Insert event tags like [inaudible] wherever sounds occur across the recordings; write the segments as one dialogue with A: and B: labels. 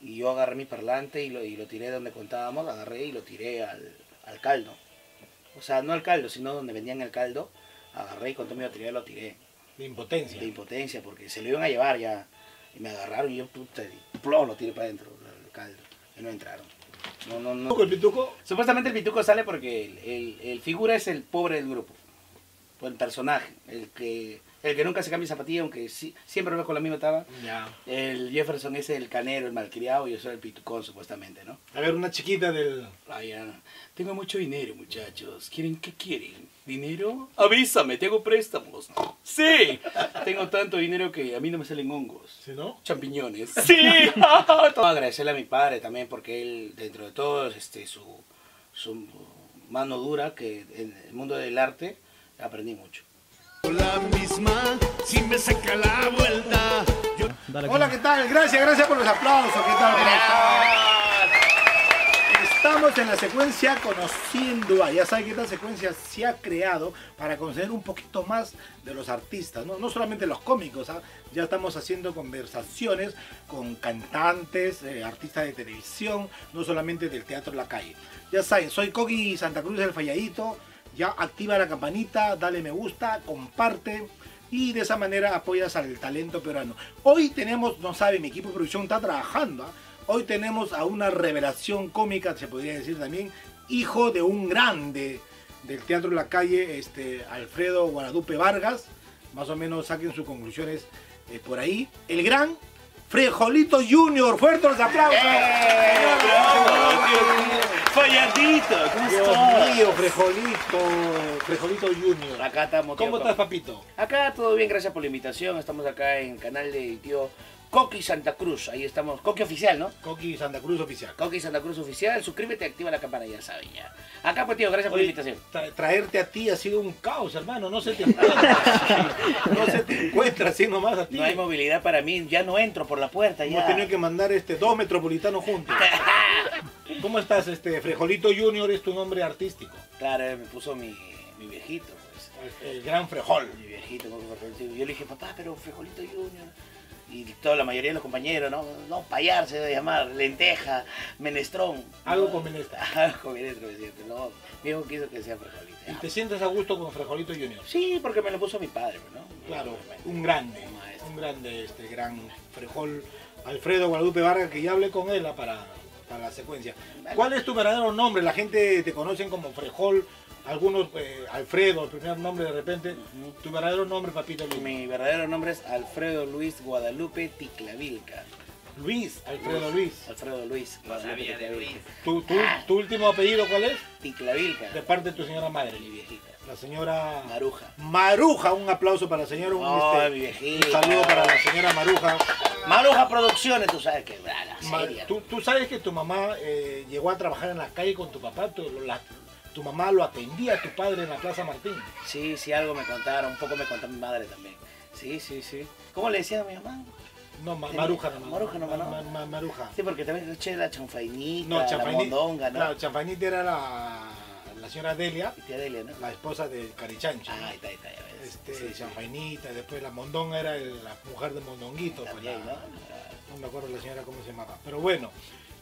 A: y yo agarré mi parlante y lo, y lo tiré donde contábamos, agarré y lo tiré al, al caldo. O sea, no al caldo, sino donde vendían el caldo, agarré y con todo mi batería lo tiré.
B: De impotencia.
A: De impotencia, porque se lo iban a llevar ya. Y me agarraron y yo, puta, y plom, lo tiré para adentro, el caldo. Y no entraron. No, no, no.
B: ¿El pituco?
A: Supuestamente el pituco sale porque el, el- el figura es el pobre del grupo. O El personaje. El que, el que nunca se cambia zapatilla, aunque sí- siempre lo ves con la misma taba.
B: Ya.
A: El Jefferson es el canero, el malcriado, y yo soy el pitucón, supuestamente, ¿no?
B: A ver, una chiquita del...
A: Ay, ya. Tengo mucho dinero, muchachos. ¿Quieren qué quieren? ¿Dinero? Avísame, tengo préstamos. Sí, tengo tanto dinero que a mí no me salen hongos.
B: ¿Sí, no?
A: Champiñones. [laughs] Sí. Agradecerle a mi padre también porque él, dentro de todo, este, su, su mano dura, que en el mundo del arte aprendí mucho.
C: La misma, si me saca la vuelta. Yo
D: Dale,
E: Hola, ¿qué tal? Gracias, gracias por los aplausos. ¿Qué tal? ¿Cómo están? Estamos en la secuencia Conociendo a. Ya saben que esta secuencia se ha creado para conocer un poquito más de los artistas, no, no solamente los cómicos. ¿ah? Ya estamos haciendo conversaciones con cantantes, eh, artistas de televisión, no solamente del teatro en la calle. Ya saben, soy Coqui Santa Cruz del Falladito. Ya activa la campanita, dale me gusta, comparte y de esa manera apoyas al talento peruano. Hoy tenemos, no sabe, mi equipo de producción está trabajando. ¿ah? Hoy tenemos a una revelación cómica, se podría decir también, hijo de un grande del Teatro La Calle, este, Alfredo Guadalupe Vargas. Más o menos saquen sus conclusiones eh, por ahí. El gran Frejolito Junior. Fuertes los aplausos. ¡Eh!
B: ¡Falladito! ¿Cómo
E: Dios mío, Frejolito.
B: Frejolito Junior.
A: Acá estamos. tío,
B: ¿Cómo estás, papito?
A: Acá todo bien, gracias por la invitación. Estamos acá en el canal de tío Coqui Santa Cruz. Ahí estamos. Coqui Oficial, ¿no?
E: Coqui Santa Cruz Oficial.
A: Coqui Santa Cruz Oficial. Suscríbete, activa la campana, ya saben ya. Acá pues tío, gracias por la
B: Oye,
A: invitación.
B: tra- traerte a ti ha sido un caos, hermano. No
A: [laughs]
B: se te encuentra. no se te encuentra así nomás a ti.
A: No hay movilidad para mí, ya no entro por la puerta
B: Hemos
A: ya.
B: tenido que mandar este, dos metropolitanos juntos.
A: [laughs]
B: ¿Cómo estás, este Frejolito Junior? Es tu nombre artístico.
A: Claro, eh, me puso mi, mi viejito, pues.
B: El gran Frejol.
A: Mi viejito, Coqui Frijolito. Yo le dije, papá, pero Frijolito Junior. Y toda la mayoría de los compañeros, no, no, payar se debe llamar, lenteja, menestrón.
B: Algo
A: No,
B: con menestra.
A: [laughs] Algo con menestra, me siento, No, mi hijo quiso que sea Frijolito.
B: ¿Y
A: Ya,
B: te sientes a gusto con Frejolito Junior?
A: Sí, porque me lo puso mi padre, ¿no?
B: Claro,
A: Obviamente.
B: un grande,
A: Un maestro.
B: un grande, este gran Frejol Alfredo Guadalupe Vargas, que ya hablé con él ah, para, para la secuencia. ¿Cuál es tu verdadero nombre? La gente te conocen como Frejol, algunos eh, Alfredo, el primer nombre de repente. Tu verdadero nombre, papito Luis.
A: Mi verdadero nombre es Alfredo Luis Guadalupe Ticlavilca.
B: Luis, Alfredo Luis.
A: Alfredo Luis Guadalupe Ticlavilca.
B: ¿Tu, tu, tu último apellido cuál es?
A: Ticlavilca.
B: De Ah. parte de tu señora madre,
A: Mi viejita.
B: la señora
A: Maruja.
B: Maruja. Un aplauso para la señora, un,
A: Ay,
B: este,
A: mi viejita.
B: un saludo para la señora Maruja.
A: Maruja Producciones, tú sabes que bra, la
B: Ma-
A: seria.
B: ¿tú, tú sabes que tu mamá eh, llegó a trabajar en la calle con tu papá, tu, lo- la- tu mamá lo atendía a tu padre en la Plaza Martín.
A: Sí, sí, algo me contaron, un poco me contó mi madre también. Sí, sí, sí. ¿Cómo le decía a mi mamá?
B: No, ma-
A: Sí.
B: Maruja nomás.
A: Maruja nomás,
B: Ma-
A: ¿no?
B: ma- ma- Maruja.
A: Sí, porque también escuché la chanfainita,
B: No,
A: la
B: Champañita.
A: mondonga, ¿no?
B: Claro, Champañita era la, la señora Delia,
A: Y tía Delia, ¿no?
B: la esposa de Carichancho.
A: Ah, ahí está, ahí está, ya ves.
B: Este,
A: Sí, sí.
B: Champainita, después la Mondonga era el- la mujer de Mondonguito. pues,
A: También,
B: la-
A: ¿no?
B: no me acuerdo la señora cómo se llamaba. Pero bueno,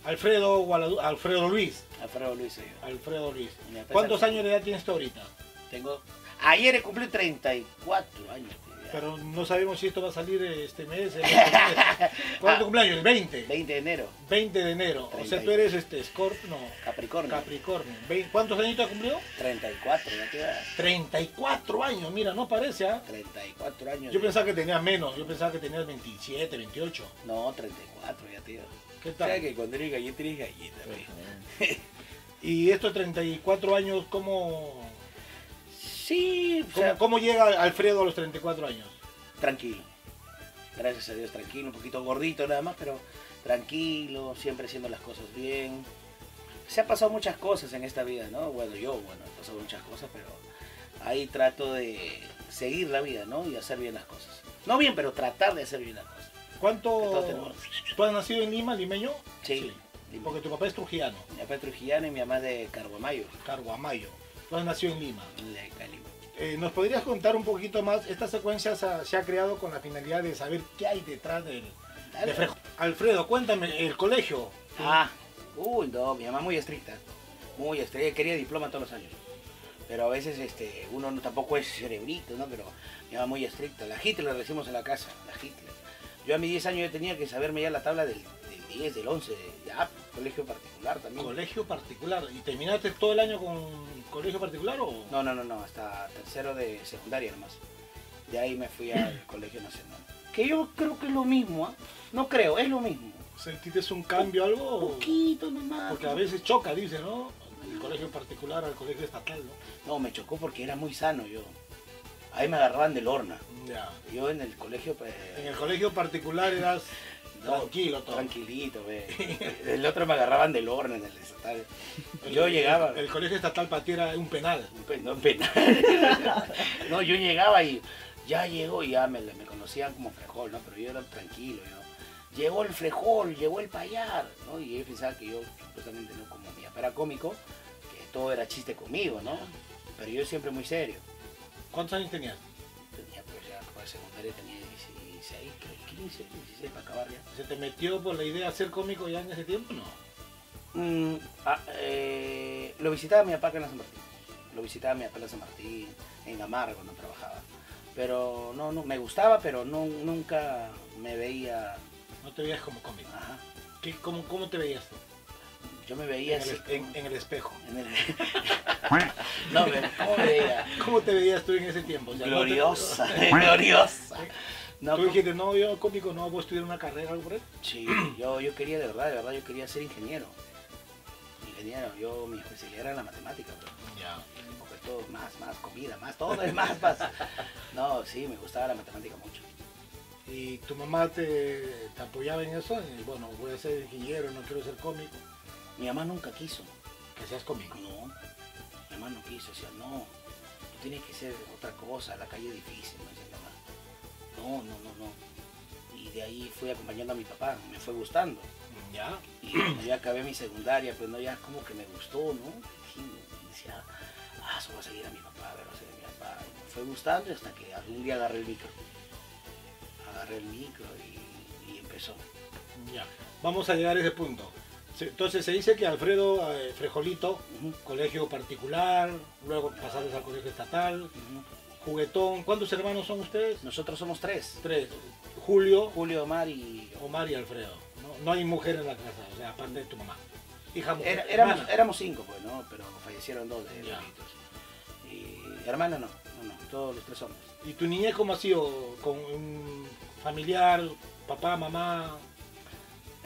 B: Alfredo, Gualadu- Alfredo Luis.
A: Alfredo Luis soy yo.
B: Alfredo Luis.
A: Mi papá es
B: ¿Cuántos
A: Alfredo.
B: años de edad tienes tú ahorita?
A: Tengo... Ayer cumplí 34 años. tío, ya.
B: Pero no sabemos si esto va a salir este mes.
A: [laughs]
B: el otro mes.
A: Ah.
B: ¿Cuál es tu cumpleaños? El 20.
A: 20 de enero,
B: 20 de enero. O sea, tú
A: 31.
B: eres este Scorpio, no,
A: Capricornio.
B: Capricornio. Vein- ¿Cuántos años te cumplió?
A: 34, ya te da
B: 34 años, mira, no parece, ¿ah?
A: 34 años.
B: Yo
A: de-
B: pensaba que tenías menos, yo pensaba que tenías 27, 28.
A: No, 34 ya, tío.
B: ¿Qué
A: O sea
B: tal?
A: que cuando eres galleta eres galleta, güey.
B: [laughs] Y estos 34 años, ¿cómo,
A: Sí, o
B: cómo,
A: sea,
B: cómo llega Alfredo a los 34 años?
A: tranquilo. Gracias a Dios, tranquilo, un poquito gordito nada más, pero tranquilo, siempre haciendo las cosas bien. Se han pasado muchas cosas en esta vida, ¿no? Bueno, yo, bueno, he pasado muchas cosas, pero ahí trato de seguir la vida, ¿no? Y hacer bien las cosas. No bien, pero tratar de hacer bien las cosas. Que todos
B: ¿Cuánto?
A: tenemos.
B: ¿Tú has nacido en Lima, limeño?
A: Sí. Lima.
B: Porque tu papá es trujillano,
A: Mi papá es trujillano y mi mamá es de Carguamayo,
B: Carguamayo. Tú has nacido en Lima.
A: de Cali.
B: Eh, ¿Nos podrías contar un poquito más? Esta secuencia se ha, se ha creado con la finalidad de saber qué hay detrás del,
A: Dale.
B: de Frejol. Alfredo, cuéntame, el colegio.
A: Ah, uy, no, mi mamá muy estricta. Muy estricta, quería diploma todos los años. Pero a veces este, uno no- tampoco es cerebrito, ¿no? Pero mi mamá muy estricta. La Hitler la decimos en la casa, la Hitler. Yo a mis 10 años ya tenía que saberme ya la tabla del, del 10, del 11, de ah, colegio particular
B: Mm.
A: también.
B: Colegio particular. ¿Y terminaste todo el año con colegio particular o...?
A: No, no, no, no, hasta tercero de secundaria nomás. De ahí me fui
B: [clears throat]
A: al Colegio Nacional. Que yo creo que es lo mismo, ¿ah? No creo, es lo mismo.
B: ¿Sentiste un cambio algo? o-
A: Poquito nomás.
B: Oh. Porque a veces choca, dice, ¿no? El colegio particular al colegio estatal, ¿no?
A: No, me chocó porque era muy sano yo. Ahí me agarraban del horno.
B: Ya.
A: Yo en el colegio, pues,
B: En el colegio particular eras
A: no,
B: tranquilo todo.
A: Tranquilito, ve.
B: [laughs]
A: El otro me agarraban del horno en el estatal. Yo
B: El-
A: llegaba.
B: El colegio estatal para ti era un penal.
A: Pe- No, penal. [laughs] no, yo llegaba y ya llegó, y ya me, me conocían como Frejol, ¿no? Pero yo era tranquilo, yo. Llegó el Frejol, llegó el Payar, ¿no? Y yo pensaba que yo, supuestamente, no como mi papá era cómico, que todo era chiste conmigo, ¿no? Pero yo siempre muy serio.
B: ¿Cuántos años tenías?
A: Tenía, pues, ya, para secundaria tenía 16, creo, 15, 16 para acabar ya.
B: ¿Se te metió por la idea de ser cómico ya en ese tiempo? No.
A: Mm, ah, eh, lo visitaba mi papá acá en la San Martín. Lo visitaba mi papá en la San Martín, en Gamarra cuando trabajaba. Pero no, no, me gustaba, pero no, nunca me veía.
B: No te veías como cómico.
A: Ajá.
B: ¿Qué- cómo, cómo te veías tú?
A: Yo me veía
B: En
A: así.
B: el, en- en el espejo.
A: en el- [laughs] no, me, ¿cómo me veía?
B: ¿Cómo te veías tú en ese tiempo? O sea, ¿no te-
A: Gloriosa, [laughs] gloriosa. No,
B: Tú dijiste, no, yo cómico no, vos estudiar una carrera, algo por ahí.
A: Sí, yo, yo quería de verdad, de verdad, yo quería ser ingeniero. Ingeniero, yo mi especialidad era la matemática. pero-
B: Ya.
A: Porque todo es más, más comida, más, todo es más, más. No, sí, me gustaba la matemática mucho.
B: ¿Y tu mamá te, te apoyaba en eso? Y, bueno, voy a ser ingeniero, no quiero ser cómico.
A: Mi mamá nunca quiso.
B: Que seas cómico.
A: No, mi mamá no quiso. Decía, no, tú tienes que ser otra cosa, la calle es difícil, me decía mi mamá. No, no, no, no. Y de ahí fui acompañando a mi papá, me fue gustando.
B: Ya.
A: Y cuando ya acabé mi secundaria, pues no, ya como que me gustó, ¿no? Y decía, ah, eso va a seguir a mi papá, a ver, va a seguir a mi papá. Y me fue gustando hasta que algún día agarré el micro. Agarré el micro y, y empezó.
B: Ya. Vamos a llegar a ese punto. Se- Entonces se dice que Alfredo eh, Frejolito,
A: Ujú,
B: colegio particular, luego pasaste al colegio estatal,
A: ujú.
B: juguetón. ¿Cuántos hermanos son ustedes?
A: Nosotros somos tres,
B: Tres. Julio,
A: Julio, Omar y...
B: Omar y Alfredo. No, No hay mujer en la casa, o sea, aparte de tu mamá. Hija mujer.
A: Era- éramos,
B: hermana.
A: éramos cinco, pues, ¿no? Pero fallecieron dos de
B: Ya.
A: viejitos. Y hermana no, no, no, todos los tres hombres.
B: ¿Y tu niñez cómo ha sido? ¿Con un familiar, papá, mamá?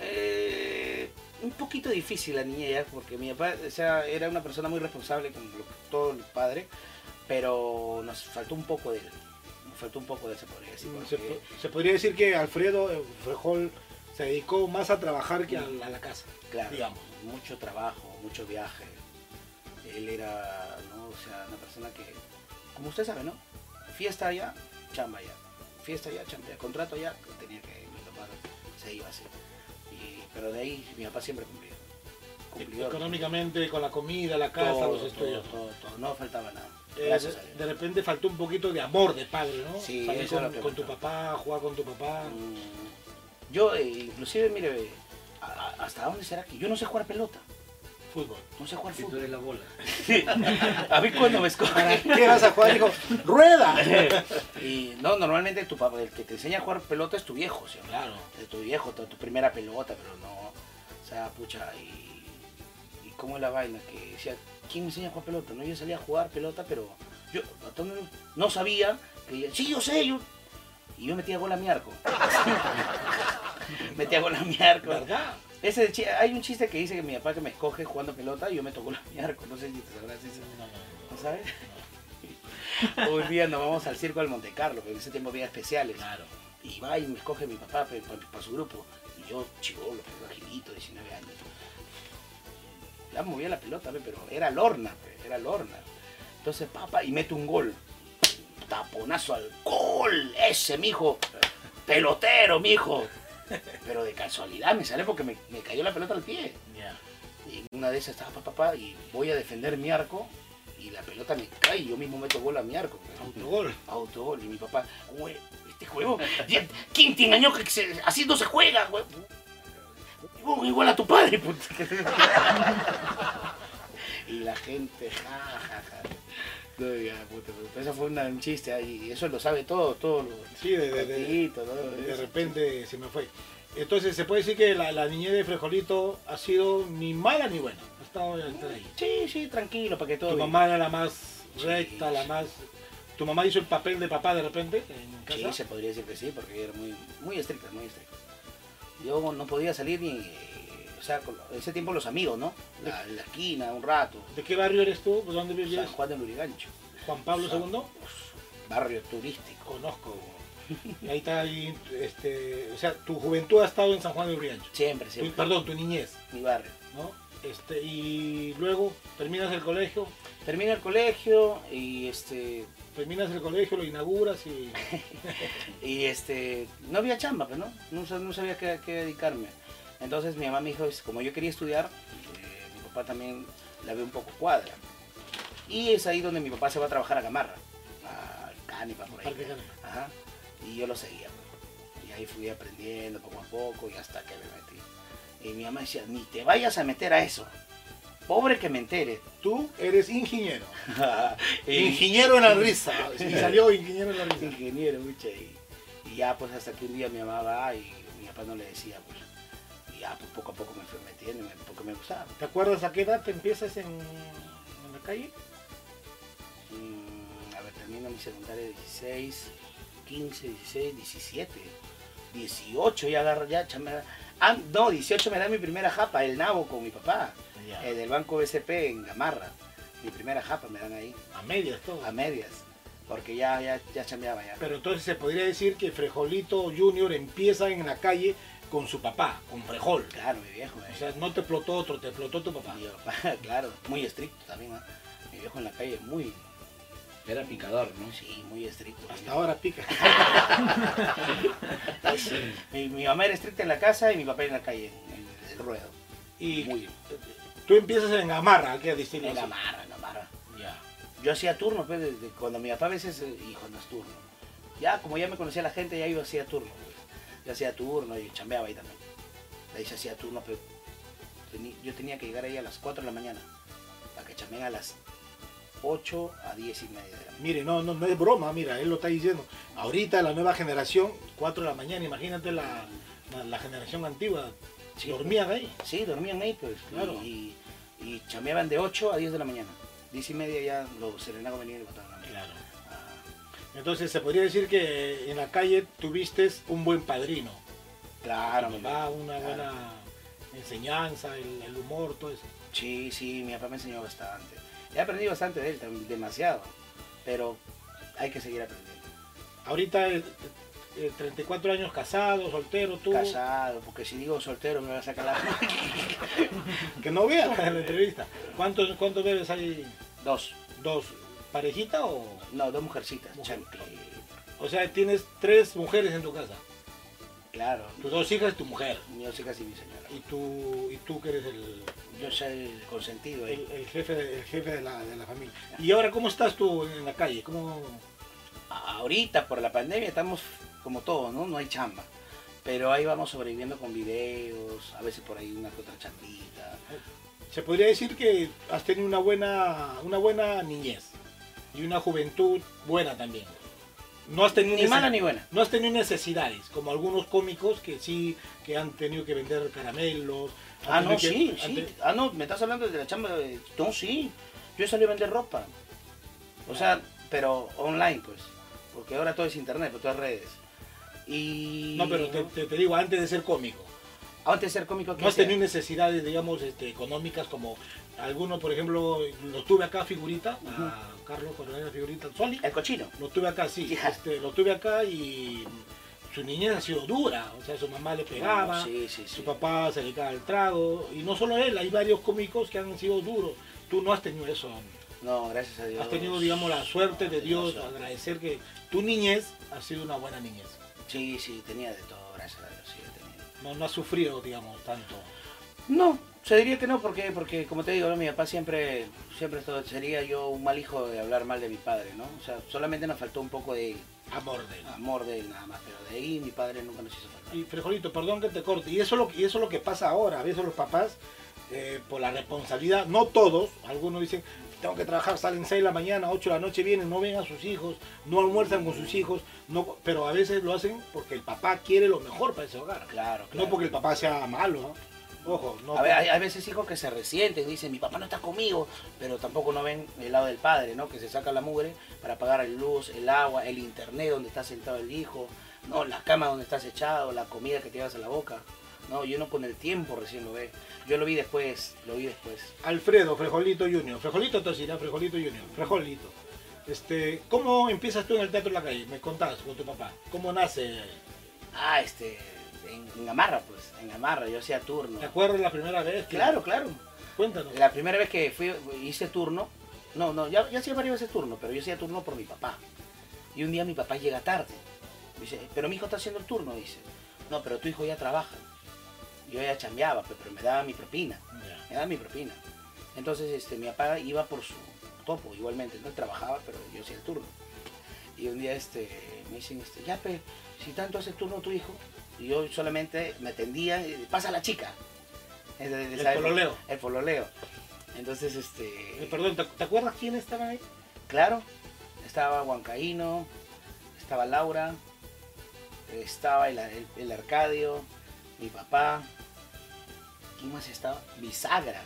A: Eh, un poquito difícil la niña ya, porque mi papá o sea, era una persona muy responsable con lo- todo el padre, pero nos faltó un poco de él. Nos faltó un poco de ese podría decir.
B: se,
A: porque-
B: po- se podría decir que Alfredo eh, Frejol se dedicó más a trabajar que a, a la casa.
A: claro,
B: digamos.
A: mucho trabajo, mucho viaje. Él era, ¿no? O sea, una persona que, como usted sabe, ¿no? Fiesta allá, chamba allá. Fiesta allá, chamba allá. Contrato allá, tenía que mi papá se iba así. Y, pero de ahí mi papá siempre cumplió. Cumplidor.
B: Económicamente, con la comida, la casa,
A: Todo,
B: los estudios.
A: Todo, todo, todo. No faltaba nada.
B: Eh,
A: Gracias a
B: de,
A: Dios.
B: de repente faltó un poquito de amor de padre, ¿no?
A: Sí,
B: Salir
A: eso
B: con,
A: era lo que
B: con tu
A: faltó.
B: papá, jugar con tu papá.
A: Mm, Yo, eh, inclusive, mire, eh, a- a- ¿hasta dónde será que yo no sé jugar pelota? Mm.
B: Fútbol.
A: No sé jugar fútbol.
D: la bola.
A: [laughs] a mí cuando me escogen.
B: ¿Qué vas a jugar? Dijo,
A: [laughs]
B: rueda.
A: y no, normalmente tu papá, el que te enseña a jugar pelota es tu viejo, ¿sí? o no?
B: Claro.
A: Es tu viejo, tu, tu primera pelota, pero no. O sea, pucha, y, y cómo es la vaina, que decía, ¿quién me enseña a jugar pelota? No, yo salía a jugar pelota, pero yo entonces, no sabía que yo- sí, yo sé, yo. Y yo metía gol a mi arco. [laughs] metía gol a mi arco.
B: ¿Verdad?
A: Ese chi- hay un chiste que dice que mi papá que me escoge jugando pelota y yo meto gol a mi arco. No sé si te sabrás ese.
B: No, no,
A: ¿No sabes? [laughs] Hoy día nos vamos al circo del Monte Carlo, porque en ese tiempo había especiales.
B: Claro.
A: Y va y me escoge mi papá para su grupo. Y yo, chivolo, pero agilito, 19 años. Ya movía la pelota, pe, pero era lorna, pe, era lorna. Entonces, papá, y mete un gol. Taponazo al gol, ese, mijo. Pelotero, mijo. Pero de casualidad me sale porque me, me cayó la pelota al pie.
B: Ya.
A: Y en una de esas estaba papá, papá, y voy a defender mi arco. Y la pelota me cae y yo mismo meto gol a mi arco. pe.
B: Autogol.
A: Autogol. Y mi papá, güey,
D: este huevón. Ya, ¿Quién te engañó que se- así no se juega, huevón? Huevón, Igual a tu padre, puta.
A: [laughs] Y la gente, ja, ja, ja. No, ya, puta, puta. Eso fue una- un chiste ahí. Y eso lo sabe todo, todo. Lo,
B: Sí, de, de- de-
A: Cortito, ¿no?
B: de repente se me fue. Entonces, se puede decir que la, la niñez de Frejolito ha sido ni mala ni buena. Ha estado entre ahí.
A: Sí, sí, tranquilo, para que todo.
B: Tu
A: bien.
B: mamá era la más recta, la más. Tu mamá hizo el papel de papá de repente en
A: Sí,
B: casa.
A: se podría decir que sí, porque ella era muy, muy estricta, muy estricta. Yo no podía salir ni. O sea, con- en ese tiempo los amigos, ¿no? La, en la esquina, un rato.
B: ¿De qué barrio eres tú? ¿Por dónde
A: San
B: vivías?
A: Juan de Lurigancho,
B: Juan Pablo
A: San-
B: II.
A: barrio turístico. [laughs]
B: Conozco. Y ahí está ahí, este, o sea, tu juventud ha estado en San Juan de Uriancho.
A: Siempre,
B: Tu-
A: siempre.
B: Perdón, tu niñez,
A: Mi barrio.
B: ¿no? Este, y luego terminas el colegio,
A: Termina el colegio y este.
B: terminas el colegio, lo inauguras y
A: Y este. No había chamba, pues, ¿no? No, sa- no sabía qué, qué dedicarme. Entonces mi mamá me dijo, es- como yo quería estudiar, eh, mi papá también la ve un poco cuadra. Y es ahí donde mi papá se va a trabajar a Gamarra. A Cánipa, por ahí.
B: Parque Cana.
A: Ajá. Y yo lo seguía. pues. Y ahí fui aprendiendo poco a poco y hasta que me metí. Y mi mamá decía, ni te vayas a meter a eso. Pobre que me entere. [laughs]
B: Tú eres ingeniero. [laughs]
A: Y- [laughs]
B: Ingeniero en la risa. Y salió ingeniero en la risa.
A: ingeniero, mucha. Y, y ya pues hasta que un día mi mamá va y mi papá no le decía, pues. Y ya pues poco a poco me fui metiendo me- porque me gustaba.
B: ¿Te acuerdas a qué edad te empiezas en, en la calle?
A: Mm, a ver, termino mi secundaria de 16, 15, 16, 17, 18 ya agarro, ya chamba- Ah, no, 18 me da mi primera japa, el nabo con mi papá,
B: Ah.
A: eh, del banco BCP en Gamarra. Mi primera japa me dan ahí,
B: A medias todo.
A: a medias, porque ya, ya, ya chambeaba ya.
B: Pero entonces se podría decir que Frejolito Junior empieza en la calle con su papá, con Frejol.
A: Claro, mi viejo, eh.
B: O sea, no te explotó otro, te explotó tu papá.
A: Mi papá, [laughs] claro, muy estricto también, ¿ah? Mi viejo en la calle, muy,
D: Era picador, ¿no?
A: sí, muy estricto.
B: Hasta ahora pica.
A: Mi, mi mamá era estricta en la casa y mi papá en la calle, en el, el ruedo. [laughs]
B: Y
A: Muy bien.
B: tú empiezas en Gamarra, ¿qué decirle?
A: En
B: así.
A: la marra, en la marra.
B: Ya.
A: Yo hacía turnos, pues, de- de- cuando mi papá a veces, eh, hijo, no es turno. Ya, como ya me conocía la gente, ya yo hacía turno. pues. Yo hacía turno y chambeaba ahí también. Ahí se hacía turno, pero teni- yo tenía que llegar ahí a las 4 de la mañana, para que chambeen a las 8 a 10 y media de la mañana.
B: Mire, no, no, no es broma, mira, él lo está diciendo. Ahorita la nueva generación, 4 de la mañana, imagínate la, la, la generación antigua,
A: Sí.
B: dormían ahí.
A: Sí, dormían ahí, pues,
B: Claro.
A: Y, y, y chambeaban de 8 a 10 de la mañana. 10 y media ya los serenagos venían y botaban la mierda.
B: Claro.
A: Ah,
B: Entonces se podría decir que en la calle tuviste un buen padrino.
A: claro,
B: Tu
A: mi
B: papá,
A: papá.
B: una
A: claro.
B: buena enseñanza, el, el humor, todo eso.
A: Sí, sí, mi papá me enseñó bastante. He aprendido bastante de él, tam- demasiado. Pero hay que seguir aprendiendo.
B: Ahorita, eh, eh, 34 años casado, soltero, tú.
A: Casado, porque si digo soltero me va a sacar
B: [laughs]
A: la...
B: Que no
A: [laughs]
B: veas la entrevista. ¿Cuántos, cuántos bebés hay?
A: dos.
B: ¿Dos? ¿Parejita o.?
A: No, dos mujercitas.
B: Mujer.
A: chancle.
B: O sea, tienes tres mujeres en tu casa.
A: Claro.
B: Tus dos hijas y tu mujer.
A: Mis hijas y mi señora.
B: Y tú, y tú que eres el,
A: Yo soy el consentido ahí.
B: el- el jefe, de- el jefe de, la, de la familia. ¿Y ahora cómo estás tú en la calle? ¿Cómo,
A: Ahorita, por la pandemia, estamos como todos, ¿no? No hay chamba. Pero ahí vamos sobreviviendo con videos, a veces por ahí una que otra chambita.
B: se podría decir que has tenido una buena, una buena niñez y una juventud buena también. No has tenido
A: Ni mala
B: nece-
A: ni buena.
B: no has tenido necesidades, como algunos cómicos que sí, que han tenido que vender caramelos. han
A: Ah, no,
B: tenido
A: sí,
B: que- han
A: sí.
B: te-
A: Ah, no, me estás hablando de la chamba. de- No, sí. Yo salí a vender ropa. O
B: Ah.
A: sea, pero online, pues. Porque ahora todo es internet, pues, todas redes. Y.
B: No, pero te, te- te digo, antes de ser cómico,
A: Antes de ser cómico, ¿qué
B: no has
A: hacía?
B: tenido necesidades, digamos, este, económicas, como algunos, por ejemplo, lo tuve acá figurita, a Carlos Coronel Figurita Soli.
A: El cochino.
B: Lo tuve acá, sí.
A: Ya.
B: Este, lo tuve acá y su niñez ha sido dura. O sea, su mamá le pegaba,
A: Sí, sí, sí.
B: su papá se le cae el trago. Y no solo él, hay varios cómicos que han sido duros. Tú no has tenido eso.
A: No, gracias a Dios.
B: Has tenido, digamos, la suerte de
A: Has tenido
B: Dios,
A: suerte.
B: agradecer que tu niñez ha sido una buena niñez.
A: Sí, sí, tenía de todo, gracias a Dios, sí, he tenido.
B: No, no has sufrido, digamos, tanto.
A: No, Se diría que no, porque, porque como te digo, ¿no? mi papá siempre, siempre esto- sería yo un mal hijo de hablar mal de mi padre, ¿no? O sea, solamente nos faltó un poco de
B: Amor de él.
A: amor de él nada más, pero de ahí mi padre nunca nos hizo falta.
B: Y Frejolito, perdón que te corte. Y eso es lo, y eso es lo que pasa ahora. A veces los papás, eh, por la responsabilidad, no todos, algunos dicen, tengo que trabajar, salen 6 de la mañana, 8 de la noche, vienen, no ven a sus hijos, no almuerzan con sus hijos, no, pero a veces lo hacen porque el papá quiere lo mejor para ese hogar.
A: Claro,
B: No porque el papá sea malo. ¿no? Ojo, no. pues.
A: A ve- hay, hay veces hijos que se resienten, dicen, mi papá no está conmigo, pero tampoco no ven el lado del padre, ¿no? Que se saca la mugre para pagar el luz, el agua, el internet donde está sentado el hijo, ¿no? La cama donde estás echado, la comida que te llevas a la boca, ¿no? Y uno con el tiempo recién lo ve. Yo lo vi después, lo vi después.
B: Alfredo, Frejolito Junior. Frejolito Tosina, Frejolito Junior. Frejolito. Este, ¿Cómo empiezas tú en el teatro en la calle? Me contás con tu papá. ¿Cómo nace?
A: Ah, este, en, en Gamarra, pues, en Gamarra, yo hacía turno.
B: ¿Te acuerdas la primera vez? que-
A: Claro, claro.
B: Cuéntanos.
A: La primera vez que fui, hice turno, no, no, ya, ya hacía varias veces turno, pero yo hacía turno por mi papá. Y un día mi papá llega tarde. Me dice, pero mi hijo está haciendo el turno, dice. No, pero tu hijo ya trabaja. Yo ya chambeaba, pe- pero me daba mi propina.
B: Ya.
A: Me daba mi propina. Entonces este, mi papá iba por su topo igualmente, no Él trabajaba, pero yo hacía el turno. Y un día este, me dicen, este, ya, pe, si tanto hace turno tu hijo, y yo solamente me atendía, y, pasa la chica. Es de- de
B: El
A: esa época.
B: pololeo.
A: El pololeo. Entonces,
B: Eh,
A: este,
B: perdón, ¿te, te acuerdas quiénes estaban ahí?
A: claro, estaba Huancaíno, estaba Laura, estaba el, el- el Arcadio, mi papá, ¿quién más estaba? Bisagra.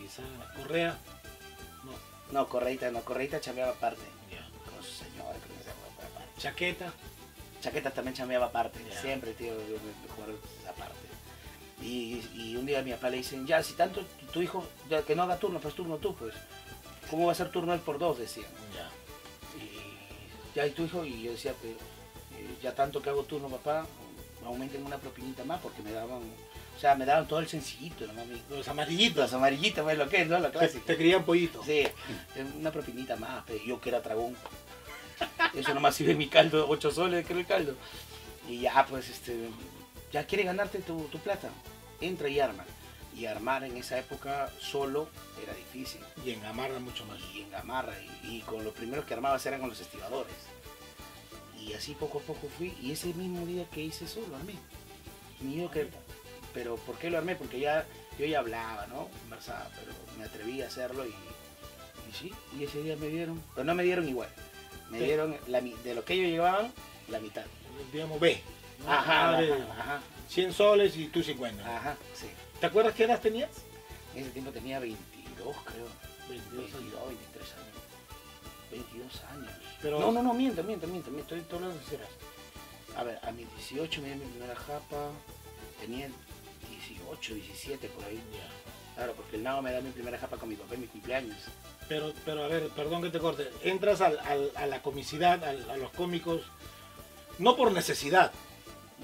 B: Lizana, Correa.
A: No, Correita, no, Correita chambeaba aparte.
B: Ya.
A: Con su señora, con esa guapa aparte.
B: Chaqueta.
A: Chaqueta también chambeaba aparte,
B: Ya.
A: siempre, tío, yo me- me jugaba aparte. Y, y un día a mi papá le dicen, ya, si tanto tu- tu hijo, ya, que no haga turno, pues turno tú, pues. ¿Cómo va a ser turno él por dos? Decían.
B: Ya.
A: Y ya, y tu hijo, y yo decía, pues, eh, ya tanto que hago turno, papá, aumenten una propinita más, porque me daban, o sea, me daban todo el sencillito, ¿no, mami?
B: Los amarillitos.
A: Los amarillitos, pues, lo que es, ¿no? Lo
B: Te,
A: clásico.
B: te crían pollito.
A: Sí, una propinita más, pero yo que era dragón. [laughs] Eso nomás sirve mi caldo, 8 soles, que era el caldo. Y ya, pues, este, ya quieres ganarte tu, tu plata, entra y arma. Y armar en esa época solo era difícil.
B: Y en Gamarra mucho más.
A: Y en gamarra, y, y con los primeros que armabas eran con los estibadores. Y así poco a poco fui, y ese mismo día que hice eso, lo armé. Ni yo que, pero ¿por qué lo armé? Porque ya, yo ya hablaba, ¿no? Conversaba, pero me atreví a hacerlo y, y sí, y ese día me dieron, pero no me dieron igual, me
B: Sí.
A: dieron la mi- de lo que ellos llevaban, la mitad.
B: Digamos B. ¿no?
A: Ajá,
B: A, B,
A: ajá, Ah. ajá,
B: 100 soles y tú 50.
A: ajá, sí.
B: ¿Te acuerdas qué edad tenías?
A: En ese tiempo tenía 22, creo.
B: 22
A: 22,
B: años.
A: 23 años. 22 años.
B: Pero-
A: No, no, no, miento, miento, miento, miento, estoy todo hablando sinceras. A ver, a mis 18 me di mi primera japa, tenía 18, 17 por ahí.
B: Ya.
A: Claro, porque el nado me da mi primera japa con mi papá en mi cumpleaños.
B: Pero, pero a ver, perdón que te corte. Entras al- al- a la comicidad, al- a los cómicos, no por necesidad,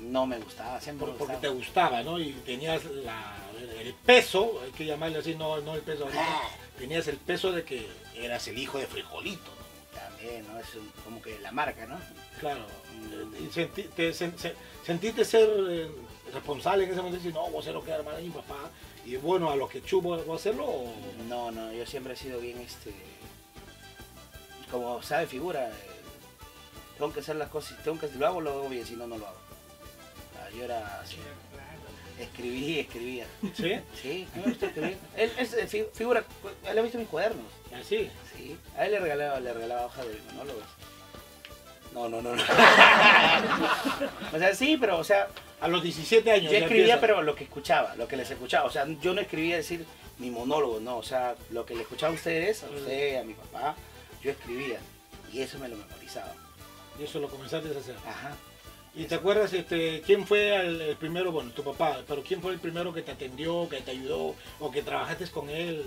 A: No me gustaba, siempre
B: por-
A: me
B: porque te
A: gustaba.
B: gustaba, ¿no? Y tenías la, el peso, hay que llamarle así, no, no el peso. [laughs] ahorita. Tenías el peso de que eras el hijo de frijolito. ¿no?
A: También, ¿no? Es un- como que la marca, ¿no?
B: Claro,
A: Mm.
B: y senti- te- sen- se- sentiste ser eh, responsable en ese momento y decir, no, voy a hacer lo que hermano y mi papá, y bueno, a lo que chupo, voy a hacerlo. o-
A: No, no, yo siempre he sido bien este. Como sabe figura, eh, tengo que hacer las cosas, tengo que si lo hago, lo hago bien, si no, no lo hago. Ah, Yo era así. Escribí, escribía.
B: ¿Sí?
A: Sí, a mí me gusta escribir. Él es eh, fi- figura, él ha visto mis cuadernos.
B: [laughs] Así.
A: Sí. A él le regalaba, le regalaba hojas de monólogos. No, no, no, [laughs] no. o sea, sí, pero o sea,
B: A los 17 años.
A: yo
B: ya
A: escribía,
B: empiezas.
A: pero lo que escuchaba, lo que les escuchaba. O sea, yo no escribía decir mi monólogo, no. O sea, lo que le escuchaba a ustedes, a
B: Mm.
A: usted, a mi papá, yo escribía. Y eso me lo memorizaba.
B: Y eso lo comenzaste a hacer.
A: Ajá.
B: ¿Y te acuerdas este, quién fue el, el primero, bueno, tu papá, pero quién fue el primero que te atendió, que te ayudó, o que trabajaste con él,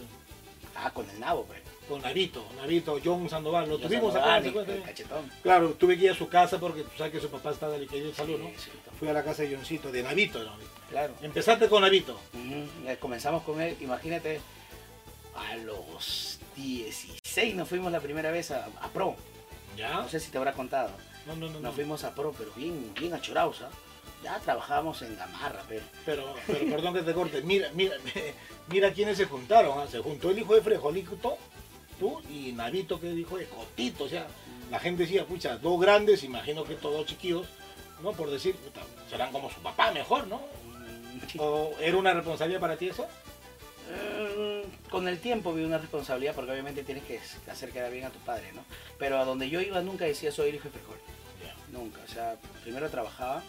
A: Ah, con el nabo, pues.
B: con Navito, Navito, John Sandoval, lo
A: Yo
B: tuvimos acá?
A: Sandoval,
B: ¿te acuerdas?
A: el cachetón.
B: Claro, tuve que ir a su casa porque tú sabes que su papá está delicado de salud, ¿no?
A: Sí, sí, to-
B: Fui a la casa de Johncito, de Navito, ¿no?
A: claro.
B: Empezaste con Navito.
A: Ujú, eh, Comenzamos con él, imagínate, a los 16 nos fuimos la primera vez a, a Pro.
B: ¿Ya?
A: No sé si te habrá contado.
B: Ah. No, no, no. no.
A: Nos fuimos a Pro, pero bien, bien achorados, ¿ah? Ya trabajábamos en Gamarra, pero.
B: Pero, pero perdón que te corte, mira, mira, [laughs] mira quiénes se juntaron. ¿ah? Se juntó el hijo de Frejolito, tú y Navito, que dijo de Cotito. O sea, la gente decía, pucha, dos grandes, imagino que estos dos chiquillos, ¿no? Por decir, puta, serán como su papá mejor, ¿no? ¿O era una responsabilidad para ti eso?
A: Mm, Con el tiempo vi una responsabilidad porque obviamente tienes que hacer quedar bien a tu padre, ¿no? Pero a donde yo iba nunca decía soy el hijo de frijol. Nunca, o sea, primero trabajaba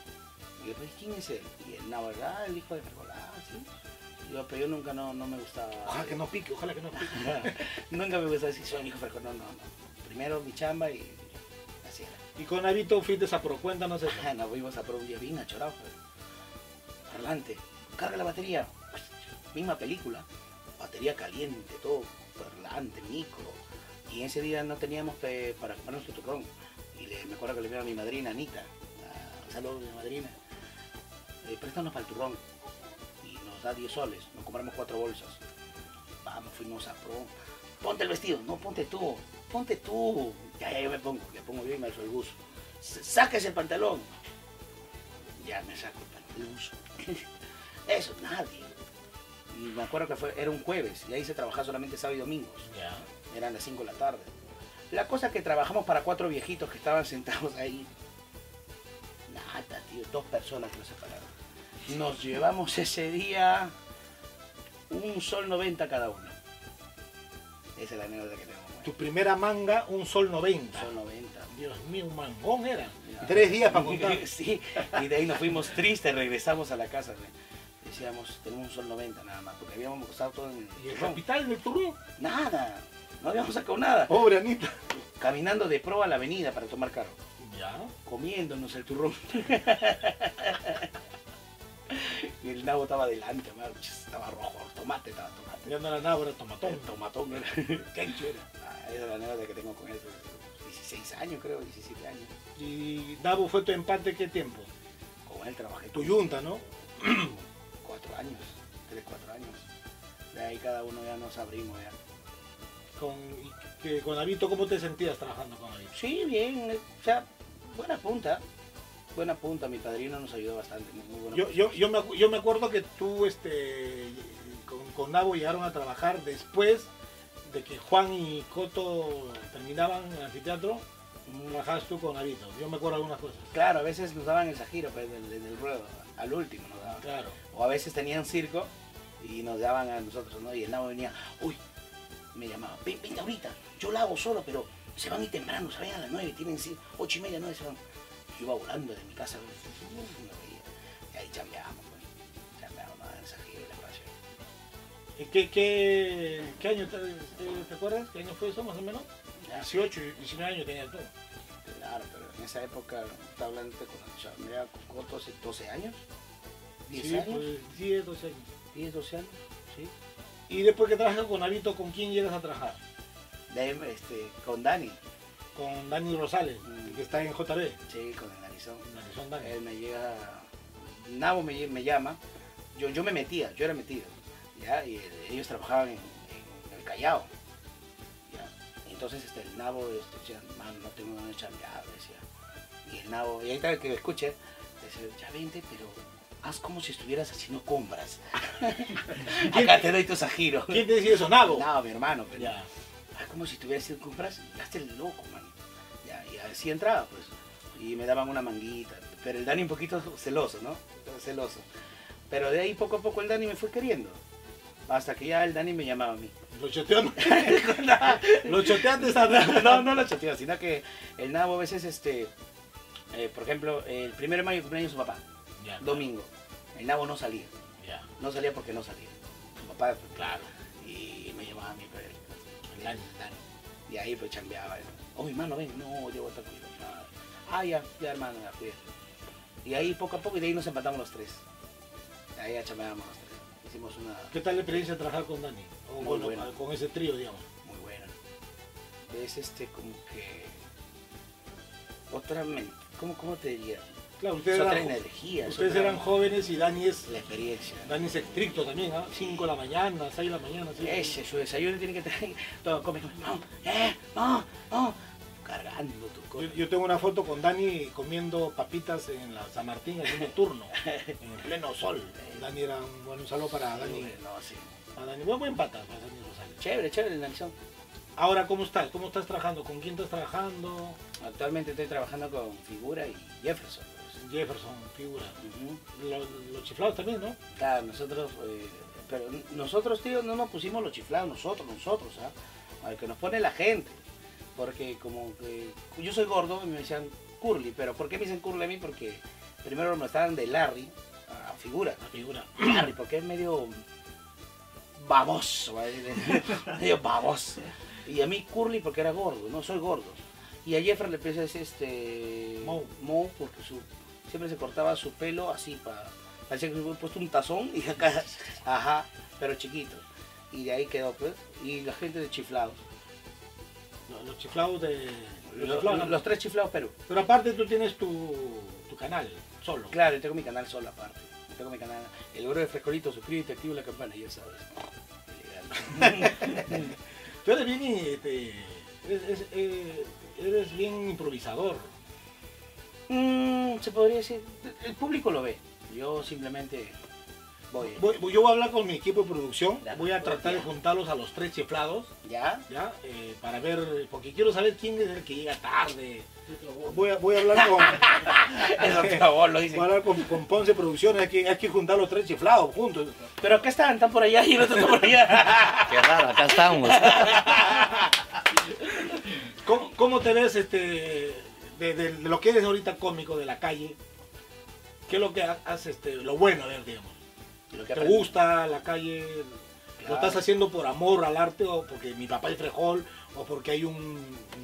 A: y después, ¿quién es él? Y él, la verdad, el hijo de frijol, ah, sí. Y yo, pero yo nunca no, no me gustaba.
B: Ojalá que no pique, ojalá que no pique.
A: [laughs] nunca me gustaba decir soy el hijo de frijol, no, no, no. Primero mi chamba y así era.
B: Y con Navito fuiste a pro, cuéntanos eso.
A: Ah, nos fuimos a por un día bien achorado. Parlante, carga la batería. Misma película. Batería caliente, todo. Parlante, micro. Y ese día no teníamos pe- para comprarnos tu turrón. Y le, me acuerdo que le pido a mi madrina, Anita. a- Un saludo de madrina. Eh, préstanos para el turrón. Y nos da 10 soles. Nos compramos cuatro bolsas. Vamos, fuimos a pro. Ponte el vestido. No, ponte tú. Ponte tú. Ya, ya, yo me pongo. Me pongo bien, me alzo el buzo. S- Saques el pantalón. Ya me saco el pantalón. [laughs] Eso, nadie. Y me acuerdo que fue, era un jueves. Y ahí se trabajaba solamente sábado y domingos.
B: Ya.
A: Eran las 5 de la tarde. La cosa que trabajamos para cuatro viejitos que estaban sentados ahí. Nada, tío, dos personas que nos separaron. Nos llevamos ese día un sol 90 cada uno. Esa es la anécdota que tenemos.
B: Tu primera manga, un sol
A: Un
B: 90.
A: sol 90.
B: Dios mío, un mangón era.
A: Ya.
B: Ah. Tres días para
A: [laughs]
B: contar.
A: Sí, y de ahí nos fuimos tristes, regresamos a la casa. güey. Decíamos, tenemos un sol 90 nada más, porque habíamos gastado todo en
B: Y el
A: turrón.
B: capital del turrón.
A: Nada, no habíamos sacado nada.
B: Pobre Anita.
A: Caminando de pro a la avenida para tomar carro,
B: Ya.
A: comiéndonos el turrón. y el nabo estaba adelante, hermano, pues, estaba rojo, tomate estaba tomate.
B: Ya no era nada, era tomatón.
A: El tomatón era. Kencho era. [laughs] Ah, esa es la anécdota que tengo con él. 16 años creo, 17 años.
B: Y Davo fue tu empate, ¿qué tiempo?
A: Con él trabajé
B: Tu yunta, ¿no?
A: cuatro años, tres, cuatro años. De ahí cada uno ya nos abrimos ya.
B: Con, y que- con Avito, ¿cómo te sentías trabajando con Avito?
A: Sí, bien, eh, o sea, buena punta. Buena punta, mi padrino nos ayudó bastante, muy, muy buena
B: Yo,
A: punta.
B: yo, yo, me, acu- yo me acuerdo que tú este, con, con Davo llegaron a trabajar después de que Juan y Coto terminaban el anfiteatro. Trabajabas tú con Avito. Yo me acuerdo algunas cosas.
A: Claro, a veces nos daban el sajiro pues, del, del- del ruedo, al último nos daban.
B: Ah, Claro.
A: O a veces tenían circo y nos daban a nosotros, ¿no? Y el nabo venía, uy, me llamaba, "Ven, vente ahorita, yo la hago solo, pero se van a ir temprano, se van a las nueve, tienen cir- ocho y media, nueve se van. Yo iba volando de mi casa, no veía. Y ahí chambeábamos, pues, chambeábamos, ¿no? en el sajiro y la pasión.
B: ¿Y ¿Qué, qué, qué año te, te- te acuerdas? ¿Qué año fue eso más o menos?
A: Ya,
B: 18, 19 años tenías tú.
A: Claro, pero en esa época, está hablando de cuando chambea con Coto hace 12 años, 10
B: Sí,
A: años,
B: pues, 10, 12 años.
A: 10, 12 años, sí.
B: Y después que trabajas con Avito, ¿con quién llegas a trabajar?
A: De ahí, este, con Dani,
B: Con Dani Rosales,
A: Mm.
B: que está en JB.
A: sí, con el narizón.
B: Narizón Dani.
A: Él Eh, me llega, Nabo me, lle- me llama, yo, yo me metía, yo era metido, ¿ya? Y eh, ellos trabajaban en, en el Callao, ¿ya? Entonces este, el Nabo este, decía, man, no tengo dónde chambear, decía. Y el Nabo, y ahí tal que lo escuche, decía, ya vente, pero haz como si estuvieras haciendo
B: [laughs]
A: compras. Acá te doy tu sajiro.
B: ¿Quién te decía eso? Nabo.
A: Nabo, mi hermano, pero
B: Ya.
A: ah, como si estuviera haciendo compras, hazte el loco, man. Ya, y así entraba, pues. Y me daban una manguita. Pero el Dani un poquito celoso, ¿no? Celoso. Pero de ahí poco a poco el Dani me fue queriendo. Hasta que ya el Dani me llamaba a mí. [laughs]
B: Lo chotearon. [laughs] Lo choteaste esa [laughs]
A: no, no lo chateo, sino que el Nabo a veces, este, eh, por ejemplo, el primero de mayo cumpleaños su papá,
B: Ya,
A: domingo. El Nabo no salía.
B: ya.
A: No salía porque no salía. Su papá, pues,
B: Claro.
A: y me llamaba a mí, pero el-
B: Dani.
A: el Dani. Y ahí pues chambeaba. Oh, mi hermano, ven, no, yo voy a estar con mi papá. Ah, ya, ya hermano, ya cuídate. Y ahí poco a poco, y de ahí nos empatamos los tres. Ahí ya chambeábamos los tres. Hicimos una
B: ¿Qué tal la experiencia de trabajar con Dani? O,
A: Muy
B: bueno,
A: buena.
B: con ese trío, digamos.
A: muy buena. Es este como que otra mente, ¿cómo, cómo te diría?
B: Claro,
A: Es
B: ustedes
A: otra
B: eran,
A: energía. es
B: ustedes
A: otra-
B: eran jóvenes y Dani es,
A: La experiencia.
B: Dani es estricto también, ¿ah? 5 de la mañana, 6 de la mañana, sí.
A: Ese, su desayuno tiene que tener. Todo come, come. No, eh, no, no. cargando tus
B: Yo,
A: cosas.
B: yo tengo una foto con Dani comiendo papitas en la San Martín haciendo
A: [laughs]
B: turno, en pleno sol. Dani era un, bueno, un saludo para Dani.
A: No, sí.
B: A Dani, buen, buen pata, para Dani Rosales.
A: Chévere, chévere la acción.
B: Ahora, ¿cómo estás? ¿Cómo estás trabajando? ¿Con quién estás trabajando?
A: Actualmente estoy trabajando con Figura y Jefferson. pues.
B: Jefferson, figura.
A: Ujú.
B: Lo- Los, chiflados también, ¿no?
A: Claro, nosotros, eh, pero nosotros, tío, no nos pusimos los chiflados, nosotros, nosotros, ¿ah? Al que nos pone la gente. Porque como que yo soy gordo y me decían curly, pero ¿por qué me dicen curly a mí? Porque primero me estaban de Larry a figura.
B: La figura.
A: Larry, porque es medio baboso, va a decir, [laughs] medio baboso. Y a mí Curly porque era gordo, no soy gordo. Y a Jeffrey le puse ese, este
B: Moe.
A: Moe, porque su, siempre se cortaba su pelo así para parecía que le hubiera puesto un tazón y acá ajá, pero chiquito. Y de ahí quedó pues y la gente de chiflados.
B: Los, los chiflados de... Los,
A: Los,
B: chiflados, ¿no?
A: los tres chiflados Perú.
B: Pero aparte tú tienes tu, tu canal, solo.
A: Claro, yo tengo mi canal solo aparte. Yo tengo mi canal El Oro de Frescolito, suscríbete, activa la campana, ya
B: [laughs]
A: sabes. Legal.
B: Tú eres bien, este, eres, eres- eh, eres bien improvisador.
A: Mm, se podría decir, el público lo ve. Yo simplemente voy.
B: Voy- voy- yo voy a hablar con mi equipo de producción,
A: Dale,
B: voy a tratar de
A: ya.
B: juntarlos a los tres chiflados,
A: ¿Ya? [laughs]
B: ¿ya? Eh, para ver, porque quiero saber quién es el que llega tarde. Voy a, voy a
A: [laughs]
B: hablar con,
A: Eso por favor, lo
B: voy a
A: dicen.
B: hablar con, con Ponce Producciones, hay que, hay que juntar los tres chiflados juntos.
A: Pero acá están, están por allá y el otro está por allá. [laughs]
F: Qué raro, acá estamos.
B: ¿Cómo, cómo te ves este, de, de- de lo que eres ahorita cómico de la calle? ¿Qué es lo que ha- haces, este, lo bueno, a ver, digamos?
A: Lo que
B: ¿Te
A: aprendí.
B: gusta la calle? ¿Lo
A: Claro.
B: estás haciendo por amor al arte o porque mi papá es frejol o porque hay un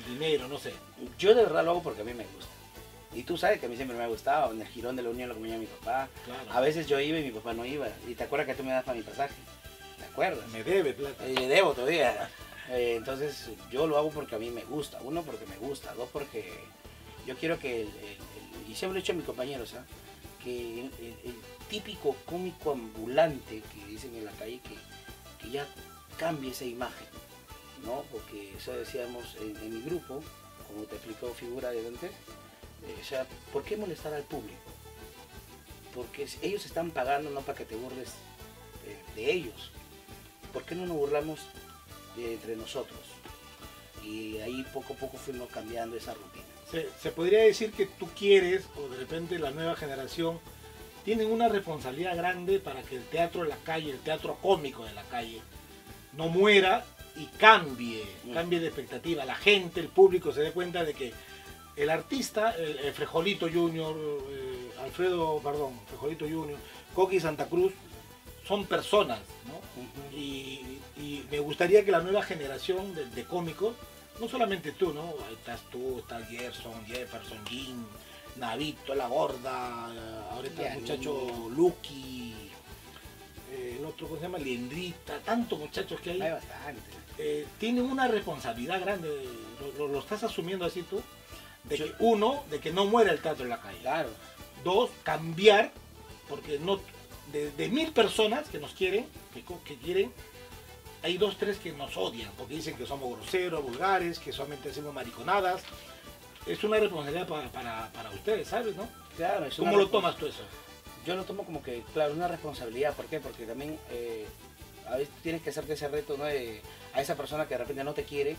B: dinero, no sé?
A: Yo de verdad lo hago porque a mí me gusta. Y tú sabes que a mí siempre me ha gustado. En el jirón de la unión lo comía mi papá.
B: Claro.
A: A veces yo iba y mi papá no iba. Y te acuerdas que tú me das para mi pasaje. ¿Te acuerdas?
B: Me debe plata.
A: Eh, le debo todavía. Eh, entonces yo lo hago porque a mí me gusta. Uno, porque me gusta. Dos, porque yo quiero que, el, el- el- y siempre lo he hecho a mis compañeros, ¿ah? que el, el- el típico cómico ambulante que dicen en la calle que, que ya cambie esa imagen. ¿no? Porque eso decíamos en, en mi grupo, como te explicó Figura de antes, eh, o sea, ¿por qué molestar al público? Porque si- ellos están pagando no para que te burles eh, de ellos, ¿por qué no nos burlamos de- entre nosotros? Y ahí poco a poco fuimos cambiando esa rutina.
B: Se, se podría decir que tú quieres, o de repente la nueva generación, tienen una responsabilidad grande para que el teatro de la calle, el teatro cómico de la calle, no muera y cambie,
A: Mm.
B: cambie de expectativa. La gente, el público se dé cuenta de que el artista, el, el Frejolito Junior, eh, Alfredo, perdón, Frejolito Junior, Coqui Santa Cruz, son personas, ¿no? Y, y me gustaría que la nueva generación de, de cómicos, no solamente tú, ¿no? Ahí Estás tú, estás Gerson, Jefferson, Jim, Navito, La Gorda, eh, ahorita el
A: Yani.
B: muchacho Lucky, eh, el otro, ¿cómo se llama? Liendrita, tantos muchachos que
A: Hay
B: hay.
A: bastante.
B: eh, tienen una responsabilidad grande, lo, lo- lo estás asumiendo así tú, de
A: Yo-
B: que uno, de que no muera el teatro en la calle.
A: Claro.
B: Dos, cambiar, porque no de, de mil personas que nos quieren, que, co- que quieren, hay dos, tres que nos odian, porque dicen que somos groseros, vulgares, que solamente hacemos mariconadas. Es una responsabilidad pa- para, para ustedes, ¿sabes? No?
A: Claro, es
B: ¿Cómo
A: una
B: lo
A: respons-
B: tomas tú eso?
A: Yo lo tomo como que, claro, una responsabilidad. ¿Por qué? Porque también eh, a veces tienes que hacerte ese reto, ¿no? De- a esa persona que de repente no te quiere,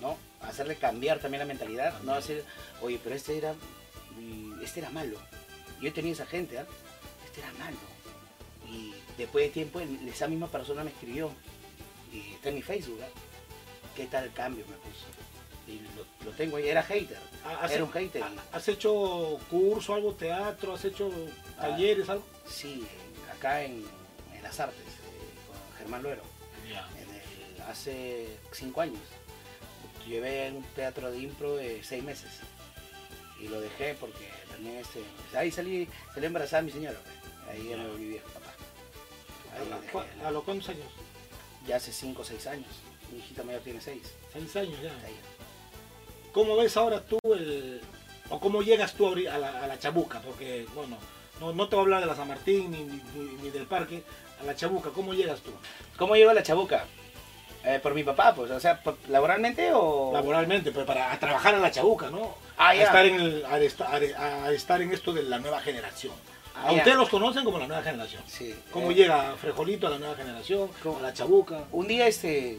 A: ¿no? Hacerle cambiar también la mentalidad, ¿no? Decir, oye, pero este era, mm, este era malo. Yo tenía esa gente, ¿ah? Este era malo. Y después de tiempo, el- esa misma persona me escribió. Y está en mi Facebook, ¿ah? ¿Qué tal el cambio me puso? Y lo, lo tengo ahí, era hater.
B: Ha- has-
A: Era un hater.
B: ha- ¿Has hecho curso, algo, teatro, has hecho
A: Ah.
B: talleres, algo?
A: Sí, en- acá en, en las artes, eh, con Germán Luero. en el- hace cinco años. Llevé un teatro de impro de seis meses y lo dejé porque también este, ahí salí, salí embarazada mi señora, pues. ahí ya me volví viejo, papá. Ahí
B: ¿A-
A: dejé
B: cu-
A: la-
B: ¿A los cuántos años?
A: ya hace cinco o seis años. Mi hijita mayor tiene seis.
B: Seis años ya.
A: Está ahí.
B: ¿Cómo ves ahora tú el... o cómo llegas tú ahori- a la, a la chabuca? Porque, bueno, no, no te voy a hablar de la San Martín ni, ni- ni- ni del parque, a la chabuca, ¿cómo llegas tú?
A: ¿Cómo llego a la chabuca? Eh, por mi papá, pues, o sea, por- laboralmente o...
B: laboralmente, pues para a trabajar a la chabuca, ¿no?
A: Oh. Ah,
B: a,
A: ya.
B: estar en el- a, esta- a- a estar en esto de la nueva generación.
A: Ah,
B: a
A: ya.
B: ustedes los conocen como la nueva generación.
A: Sí.
B: ¿Cómo
A: Eh,
B: llega Frejolito a la nueva generación?
A: ¿Cómo?
B: ¿A la chabuca?
A: Un día, este,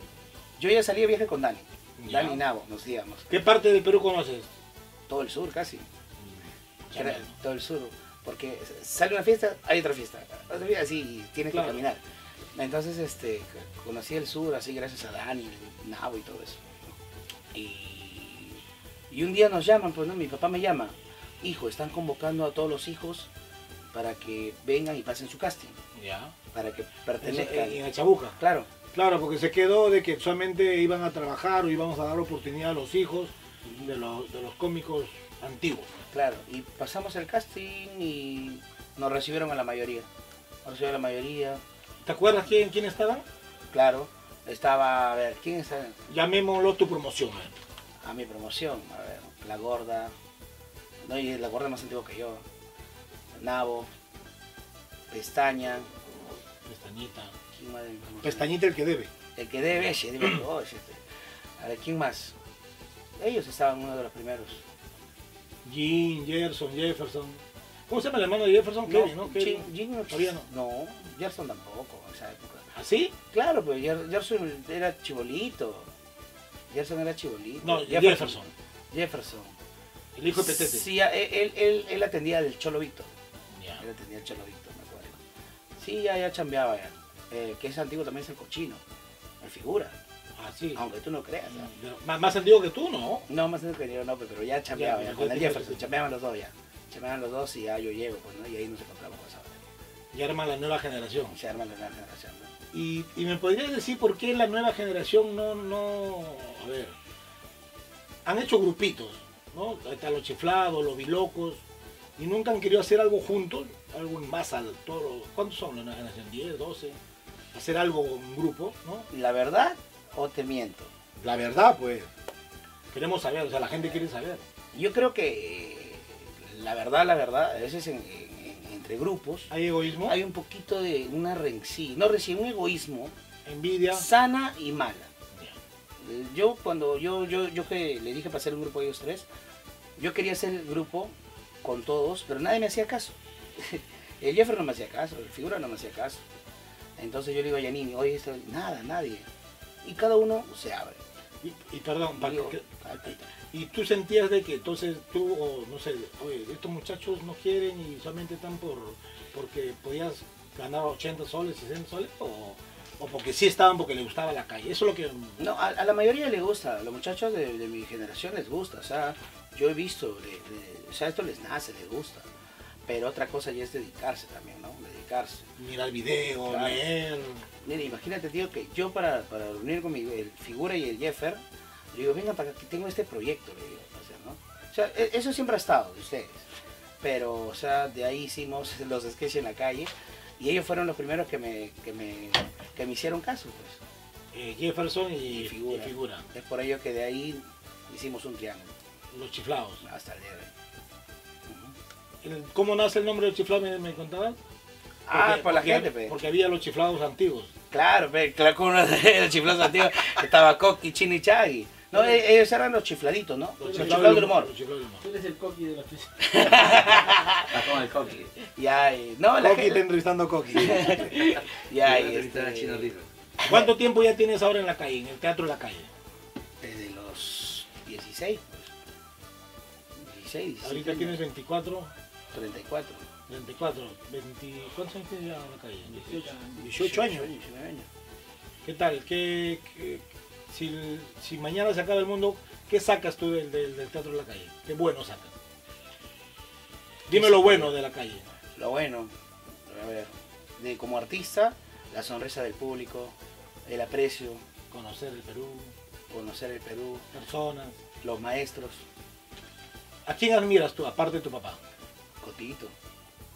A: yo ya salí de viaje con Dani.
B: Ya.
A: Dani Navo, nos íbamos.
B: ¿Qué parte del Perú conoces?
A: Todo el sur casi.
B: Chanel,
A: Era
B: ¿no?
A: todo el sur. Porque sale una fiesta, hay otra fiesta. Otra fiesta, así, tienes
B: Claro.
A: que caminar. Entonces, este, c- conocí el sur, así, gracias a Dani, Nabo y todo eso. Y, y un día nos llaman, pues no, mi papá me llama. Hijo, están convocando a todos los hijos para que vengan y pasen su casting.
B: Ya.
A: Para que
B: En,
A: pertenezcan.
B: en la chabuca.
A: Claro.
B: Claro, porque se quedó de que solamente iban a trabajar o íbamos a dar oportunidad a los hijos de, los- de los cómicos antiguos.
A: Claro, y pasamos el casting y nos recibieron a la mayoría. Nos recibieron a la mayoría,
B: ¿Te acuerdas quién, quién estaban?
A: claro. Estaba, a ver, ¿quién está
B: Llamémoslo tu promoción. ¿eh?
A: a mi promoción? A ver, la gorda. No, y la gorda más antigua que yo. Nabo. Pestaña.
B: Pestañita.
A: ¿Quién más de mi promoción?
B: Pestañita el que debe.
A: El que debe, ese, debe todo, ese, este. A ver, ¿quién más? Ellos estaban uno de los primeros.
B: Jim, Gerson, Jefferson. ¿Cómo se llama el hermano de Jefferson? Kevin, ¿no? Kevin.
A: Jim- Jim no-
B: Todavía no.
A: No, Gerson tampoco en esa época.
B: ¿Así?
A: Claro, pero Jer- Gerson era chibolito. Gerson era chibolito.
B: No, Jefferson.
A: Jefferson.
B: El hijo de Petete.
A: Sí, a- él, él- él- él atendía al Cholovito.
B: Ya.
A: Él atendía al Cholovito, me acuerdo. Sí, ya, ya chambeaba ya. Eh, que es antiguo también es el cochino. El figura.
B: Así.
A: Aunque tú no creas. ¿no?
B: Ah, Más, más antiguo que tú, ¿no?
A: No, más no querido, no, pero ya chambeaba
B: Ya,
A: ya.
B: ya,
A: Con
B: ya,
A: el
B: ya,
A: Jefferson,
B: ya.
A: chambeaban los dos ya. Chambeaban los dos y ya yo llego, pues, ¿no? Y ahí nos encontramos con esa hora.
B: Y arma la nueva generación.
A: Se arma la gran generación, ¿no?
B: Y, y me podrías decir por qué la nueva generación no, no. A ver. Han hecho grupitos, ¿no? Ahí Están los chiflados, los bilocos. Y nunca han querido hacer algo juntos, algo en masa, todo. ¿Cuántos son la nueva generación? ¿10, 12? Hacer algo en grupo, ¿no?
A: La verdad, o te miento.
B: La verdad, pues. Queremos saber, o sea, la gente quiere saber.
A: Yo creo que eh, la verdad, la verdad, a veces en- en- en- entre grupos
B: ¿Hay egoísmo?
A: hay un poquito de una rencilla, no recién un egoísmo
B: envidia?
A: sana y mala. Eh, Yo cuando yo yo yo que le dije para hacer un grupo a ellos tres, yo quería hacer el grupo con todos, pero nadie me hacía caso. [laughs] El Jeffrey no me hacía caso, el figura no me hacía caso. Entonces yo le digo a Yanini, oye, esto, nada, nadie. Y cada uno se abre.
B: Y, y perdón, para
A: Digo,
B: que-
A: "Ay,
B: y tú sentías de que entonces tú, o no sé, oye, estos muchachos no quieren y solamente están por porque podías ganar 80 soles, 60 soles, o, o porque sí estaban porque le gustaba la calle. Eso es lo que...
A: No, a, a la mayoría le gusta, a los muchachos de, de mi generación les gusta, o sea, yo he visto, le- le- o sea, esto les nace, les gusta, pero otra cosa ya es dedicarse también, ¿no? Dedicarse.
B: Mirar video,
A: Claro.
B: leer...
A: Mira, imagínate, tío, que yo para, para reunir con mi el figura y el Jeffer, le digo, venga para acá, que tengo este proyecto, le digo, o sea, ¿no? O sea, e- eso siempre ha estado de ustedes, pero, o sea, de ahí hicimos [laughs] los sketches en la calle y ellos fueron los primeros que me, que me, que me hicieron caso, pues.
B: eh, Jefferson y,
A: Y figura.
B: y figura,
A: Es por ello que de ahí hicimos un triángulo
B: los chiflados.
A: hasta el día de hoy.
B: El- ¿Cómo nace el nombre de los chiflados? ¿Me, me contabas?
A: Ah,
B: Porque-
A: por la
B: porque-
A: gente, pe.
B: Porque había los chiflados antiguos.
A: Claro, pe, claro, como uno de los chiflados antiguos estaba Coqui, Chini, Chagui. No, e- ellos eran los chifladitos, ¿no? Los chiflados del humor.
B: Los chiflados del humor.
F: Él es el coqui de la fiesta.
D: Con el coqui.
A: Ya, y- no, la
B: Coqui te
A: gente.
B: entrevistando a Coqui.
A: Ya, y
D: Entrevistar a
A: este,
D: Chino Rizzo.
B: [laughs] ¿Cuánto tiempo ya tienes ahora en la calle, en el teatro de la calle?
A: desde los pues". 16, pues. 16, 17,
B: Ahorita tienes 24,
A: 34.
B: 24, 20, ¿cuántos años tienes ya en la calle?
F: 18 años.
B: 18 años.
A: 19 años.
B: ¿Qué tal? ¿Qué, qué- si, el- si mañana se acaba el mundo, ¿qué sacas tú del, del- del teatro de la calle? ¿Qué bueno sacas? Dime lo bueno de la calle.
A: Lo bueno, a ver, de como artista, la sonrisa del público, el aprecio,
B: Conocer el Perú,
A: conocer el Perú,
B: personas.
A: los maestros,
B: ¿A quién admiras tú, aparte de tu papá?
A: Cotito,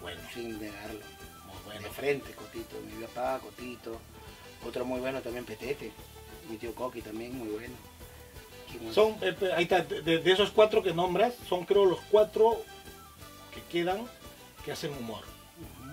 B: Bueno,
A: sin negarlo.
B: muy
A: De
B: bueno.
A: frente, Cotito, mi papá, Cotito. Otro muy bueno también, Petete. Mi tío Coqui también, muy bueno. ¿Quién más?
B: Son, eh, ahí está, de, de esos cuatro que nombras, son creo los cuatro que quedan que hacen humor.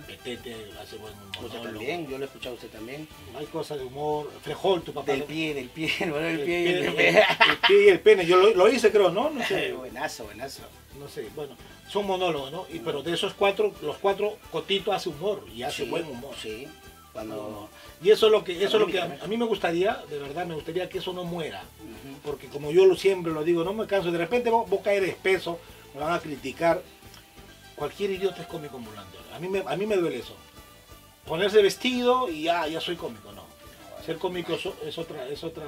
B: Petete, Tete hace buen
A: Usted
B: monólogo.
A: también, Pues yo lo he escuchado a usted también.
B: Hay cosas de humor. Frejol, tu papá.
A: Del pie, del pie, [laughs] el valor del
B: El
A: pie y
B: pie,
A: el
B: el-
A: [laughs] pie.
B: el pie y el pene. Yo lo, lo hice, creo,
A: [laughs]
B: ¿no? No sé.
A: Buenazo, buenazo.
B: No sé. Bueno, son monólogos, ¿no? Y, pero de esos cuatro, los cuatro, Cotito hace humor y hace
A: Sí,
B: buen humor.
A: Sí. Cuando.
B: Y eso es lo que, eso es lo que
A: Mira,
B: a,
A: mira.
B: a mí me gustaría, de verdad, me gustaría que eso no muera.
A: Ujú.
B: Porque como yo lo siempre lo digo, no me canso. De repente vos, vos caes de espeso, me van a criticar. Cualquier idiota es cómico ambulante. A mí me, a mí me duele eso. Ponerse vestido y ya, ya soy cómico, no. Ser cómico es, o- es otra, es otra.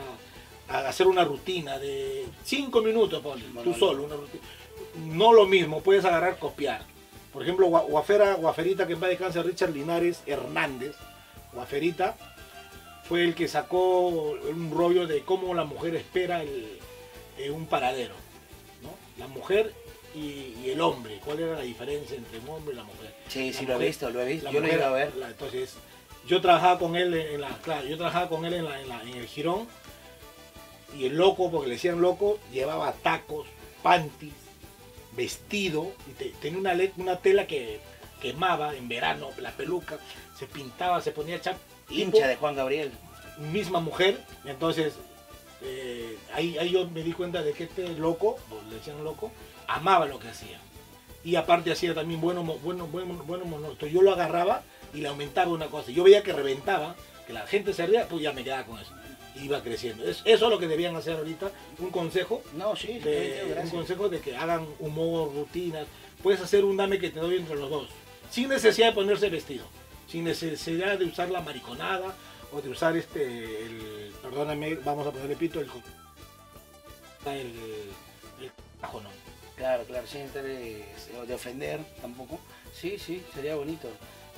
B: a- Hacer una rutina de cinco minutos, ponle, tú
A: Monólogo.
B: solo, una rutina. No lo mismo, puedes agarrar, copiar. Por ejemplo, Gua- Guafera, Guaferita, que en paz descanse, Richard Linares Hernández, Guaferita, fue el que sacó un rollo de cómo la mujer espera el- eh, un paradero. ¿no? La mujer y, y el hombre, cuál era la diferencia entre un hombre y la mujer.
A: Sí,
B: La
A: sí, lo he
B: mujer-
A: visto, lo he visto.
B: la
A: Yo lo he
B: mujer-
A: ido a ver.
B: la- entonces, yo trabajaba con él en la, claro, yo trabajaba con él en, la- en la- en el jirón y el loco, porque le decían loco, llevaba tacos, panties, vestido, y te- tenía una, le- una tela que quemaba en verano, la peluca, se pintaba, se ponía chap, tipo-
A: Hincha de Juan Gabriel.
B: misma mujer. Entonces, eh, ahí, ahí yo me di cuenta de que este loco, o le decían loco, amaba lo que hacía. Y aparte hacía también buenos mo- buenos buenos buenos monólogos. Yo lo agarraba y le aumentaba una cosa. Yo veía que reventaba, que la gente se ría, pues ya me quedaba con eso. Y Iba creciendo. Es- eso es lo que debían hacer ahorita. Un consejo
A: No, sí, sí,
B: de, un
A: gracias.
B: consejo de que hagan humor, rutinas. Puedes hacer un dame que te doy entre los dos, sin necesidad de ponerse vestido, sin necesidad de usar la mariconada o de usar este, el, perdóname, vamos a ponerle pito, el, co- el, el carajo, ¿no?
A: Claro, claro, sin estar de, de ofender tampoco. Sí, sí, sería bonito.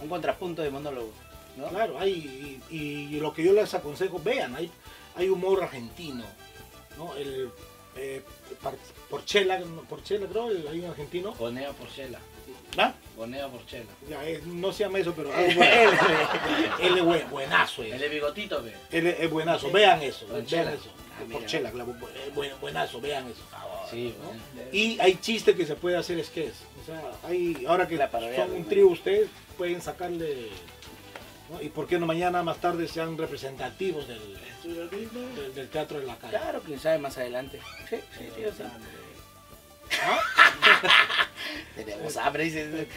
A: Un contrapunto de monólogo. ¿no?
B: Claro, hay, y, y lo que yo les aconsejo, vean, hay, hay humor argentino, ¿no? El, eh, Par- Porchela, Porchela creo, el- hay un argentino,
F: Bonea Porcela.
B: ¿ah?
F: Bonea Porcela.
B: Ya, eh, no se llama eso, pero
A: Él,
B: es bueno. Él es buen- buenazo.
F: El
B: es.
F: de bigotito, ve.
B: Él es es buenazo. Vean eso.
F: Porchela.
B: Vean eso.
A: Ah, mira.
B: Porchela, claro, bu- eh, buen- buenazo. Vean eso.
F: Sí,
B: ¿no?
F: bueno.
B: Y hay chistes que se puede hacer es que es. O sea, hay, ahora que
A: La parodia
B: son
A: de-
B: un trío ustedes, pueden sacarle... ¿no? ¿Y por qué no mañana más tarde sean representativos del, del, del teatro en la calle?
A: Claro, quién sabe más adelante. Sí, sí, sí, o sea. [laughs] Tenemos hambre, dice.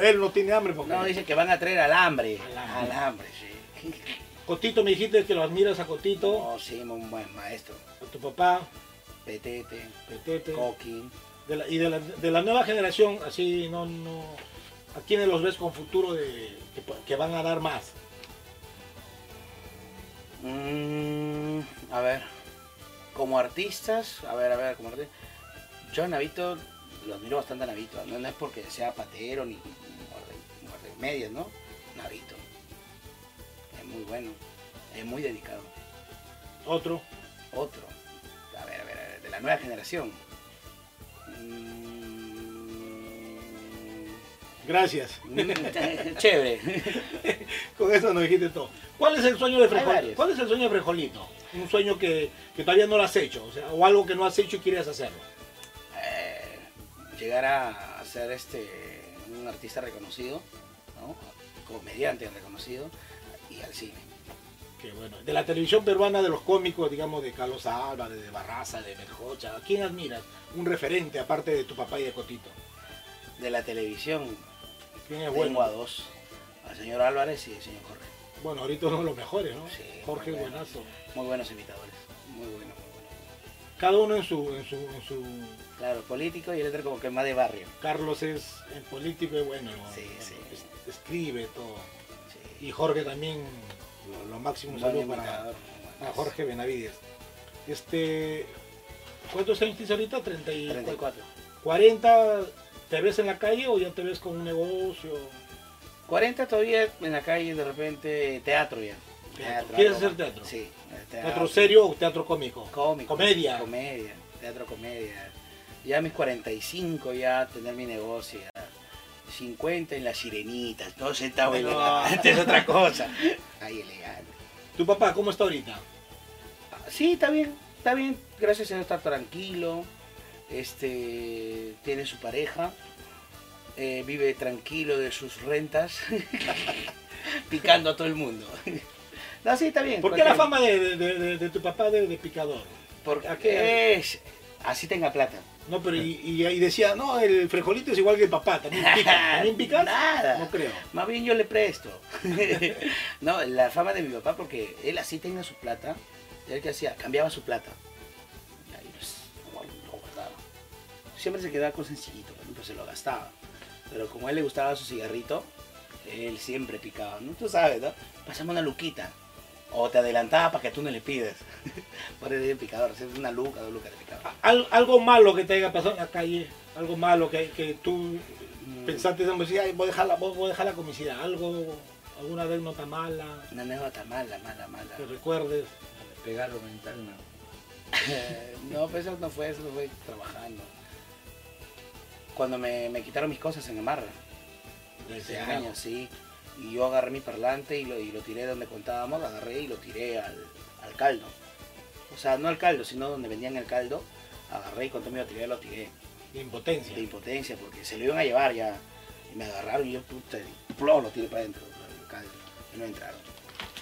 B: Él no tiene hambre porque...
A: No, dice que van a traer alambre.
B: Alambre.
A: Alambre, sí.
B: [laughs] Cotito, me dijiste que lo admiras a Cotito,
A: No, Oh, sí, un buen maestro.
B: a tu papá,
A: Petete,
B: Petete.
A: Coqui.
B: De la- y de la, de la nueva generación, así no, no. ¿A quiénes los ves con futuro de, que, pu- que van a dar más?
A: Mm, a ver, como artistas, a ver, a ver, como artistas. Yo a Navito lo admiro bastante a Navito, no, no es porque sea patero ni muerde- muerde medias, ¿no? Navito. Es muy bueno, es muy dedicado.
B: Otro.
A: Otro, a ver, a ver, a ver, de la nueva generación. Mm,
B: Gracias.
A: mm, [laughs] chévere.
B: Con eso nos dijiste todo. ¿Cuál es el sueño de Frejolito?
A: varios.
B: ¿Cuál es el sueño de Frejolito? Un sueño que, que todavía no lo has hecho, o, sea, o algo que no has hecho y quieres hacerlo.
A: eh, llegar a, a ser este un artista reconocido, ¿no? comediante reconocido y al cine.
B: Que bueno, de la televisión peruana, de los cómicos, digamos, de Carlos Álvarez, de Barraza, de Meljocha, ¿a quién admiras? Un referente, aparte de tu papá y de Cotito.
A: De la televisión
B: ¿Quién es
A: tengo a
B: bueno?
A: dos, al señor Álvarez y al señor Jorge.
B: Bueno, ahorita uno de los mejores, ¿no?
A: Sí,
B: Jorge
A: bueno.
B: Buenazo.
A: Muy buenos imitadores, muy bueno, muy bueno.
B: Cada uno en su, en su, en su
A: Claro, político y el otro como que más de barrio.
B: Carlos es el político y bueno,
A: Sí,
B: bueno,
A: sí.
B: es- escribe todo.
A: Sí.
B: Y Jorge también, lo, lo máximo, un
A: Buen
B: saludo para,
A: imitador, muy
B: para
A: bueno.
B: Jorge Benavides. Este, ¿Cuántos años tienes ahorita? 30 y
A: 34.
B: 40, ¿te ves en la calle o ya te ves con un negocio?
A: 40 todavía en la calle, de repente teatro ya.
B: Teatro. ¿Quieres
A: algo
B: hacer
A: más.
B: teatro?
A: Sí. eh,
B: ¿Teatro serio o teatro cómico?
A: cómico,
B: Comedia.
A: comedia, teatro comedia. Ya a mis 45 ya tener mi negocio. ya. 50 en las sirenitas, no centavos
B: No.
A: elegante, es otra
B: [laughs]
A: cosa. Ahí elegante.
B: ¿Tu papá cómo está ahorita?
A: Ah, Sí, está bien, está bien, gracias a Dios está tranquilo. Este tiene su pareja. eh, vive tranquilo de sus rentas, [laughs] picando a todo el mundo. [laughs] No, sí, está bien.
B: ¿Por qué la
A: cualquier-
B: fama de, de- de- de- de tu papá de, de picador?
A: Porque
B: ¿A qué?
A: es... Así tenga plata.
B: No, pero y, y ahí decía, no, el frejolito es igual que el papá, también pica. ¿También picas?
A: Nada.
B: No creo.
A: Más bien yo le presto. [laughs] no, la fama de mi papá, porque él así tenía su plata, él que hacía, cambiaba su plata. Y ahí, pues, lo guard- lo guardaba. Siempre se quedaba con sencillito, ¿no? pues se lo gastaba. Pero como a él le gustaba su cigarrito, él siempre picaba, ¿no? Tú sabes, ¿no? Pasamos una luquita. O te adelantaba para que tú no le pides. [laughs] Por el picador, siempre una luca, dos lucas de picador.
B: Al- algo malo que te haya pasado en la calle, algo malo que, que tú pensaste, digamos, "Ay, voy a dejar la, voy, voy a dejar la comicidad, algo, alguna nota mala
A: Una anécdota mala, mala, mala.
B: que recuerdes.
F: Me pegaron en Tacna.
A: Eh, no, pues eso no fue, eso fue trabajando. Cuando me, me quitaron mis cosas en Amarra, desde
B: Amarra.
A: años, sí. Y yo agarré mi parlante y lo, y lo tiré donde contábamos, lo agarré y lo tiré al, al caldo. O sea, no al caldo, sino donde vendían el caldo. Agarré y cuando me iba a tirar, lo tiré.
B: de impotencia.
A: De impotencia, porque se lo iban a llevar ya. Y me agarraron y yo, puta, y plom, lo tiré para adentro, el caldo. Y no entraron.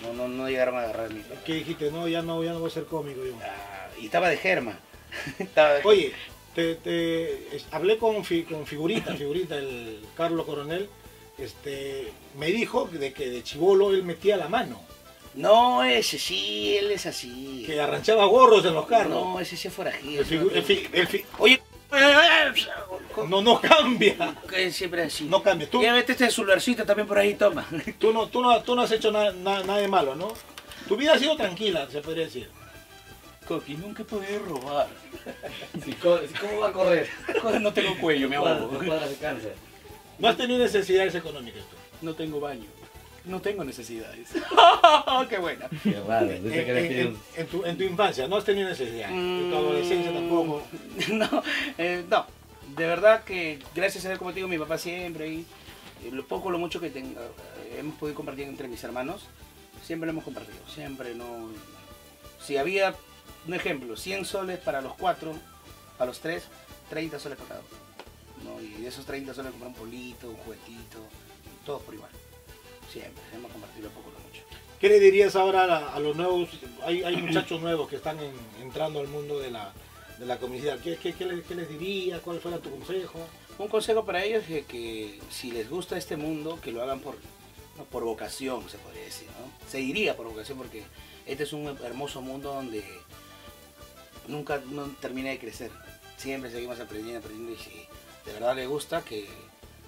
A: No, no, no llegaron a agarrar mi
B: Que dijiste, no, ya no, ya no voy a ser cómico yo.
A: Ah, y estaba de germa. [laughs] Estaba de-
B: Oye, te, te- es- hablé con, fi-
A: [laughs]
B: con figurita, figurita, el Carlos Coronel, este, me dijo de que de chivolo él metía la mano,
A: No, ese sí, él es así.
B: que arranchaba gorros en los carros.
A: No, ese sí es forajido.
B: El figu- el fi- el fi-
A: Oye, eh,
B: no, no cambia.
A: que siempre es así.
B: No cambia. Tú,
A: Ya vete este celularcito también por ahí, toma.
B: tú, no, tú, no, tú no has hecho na- na- nada de malo, ¿no? Tu vida ha sido tranquila, se podría decir.
A: [laughs] Coqui, nunca he podido robar.
F: Si co- si ¿Cómo va a correr?
A: No tengo cuello, [laughs] me
F: Cuadras de cuadras de cáncer.
B: No has tenido necesidades económicas tú.
A: No tengo baño. No tengo [laughs] necesidades. ¡Qué buena!
F: Qué raro. ¿tú te
B: En,
F: crees que
B: Eh, en-
F: yo-
B: en tu, en tu infancia, no has tenido necesidades. En
A: Mm.
B: tu adolescencia tampoco.
A: [laughs] No, eh, no. De verdad que gracias a Dios, como te digo, mi papá siempre y y lo poco, lo mucho que tenga, eh, hemos podido compartir entre mis hermanos, siempre lo hemos compartido. Siempre no. Si había, un ejemplo, 100 soles para los cuatro, para los tres, 30 soles para cada uno. ¿no? Y de esos 30 soles comprar un polito, un juguetito, todos por igual. Siempre, hemos compartido lo poco, lo mucho.
B: ¿Qué le dirías ahora a, la- a los nuevos? Hay, hay muchachos nuevos que están en- entrando al mundo de la, de la comicidad. ¿Qué, qué, qué les, qué les dirías? ¿Cuál fuera tu consejo?
A: Un consejo para ellos es que si les gusta este mundo, que lo hagan por, no, por vocación, se podría decir, ¿no? Se diría por vocación porque este es un hermoso mundo donde nunca no termina de crecer. Siempre seguimos aprendiendo, aprendiendo y si de verdad les gusta, que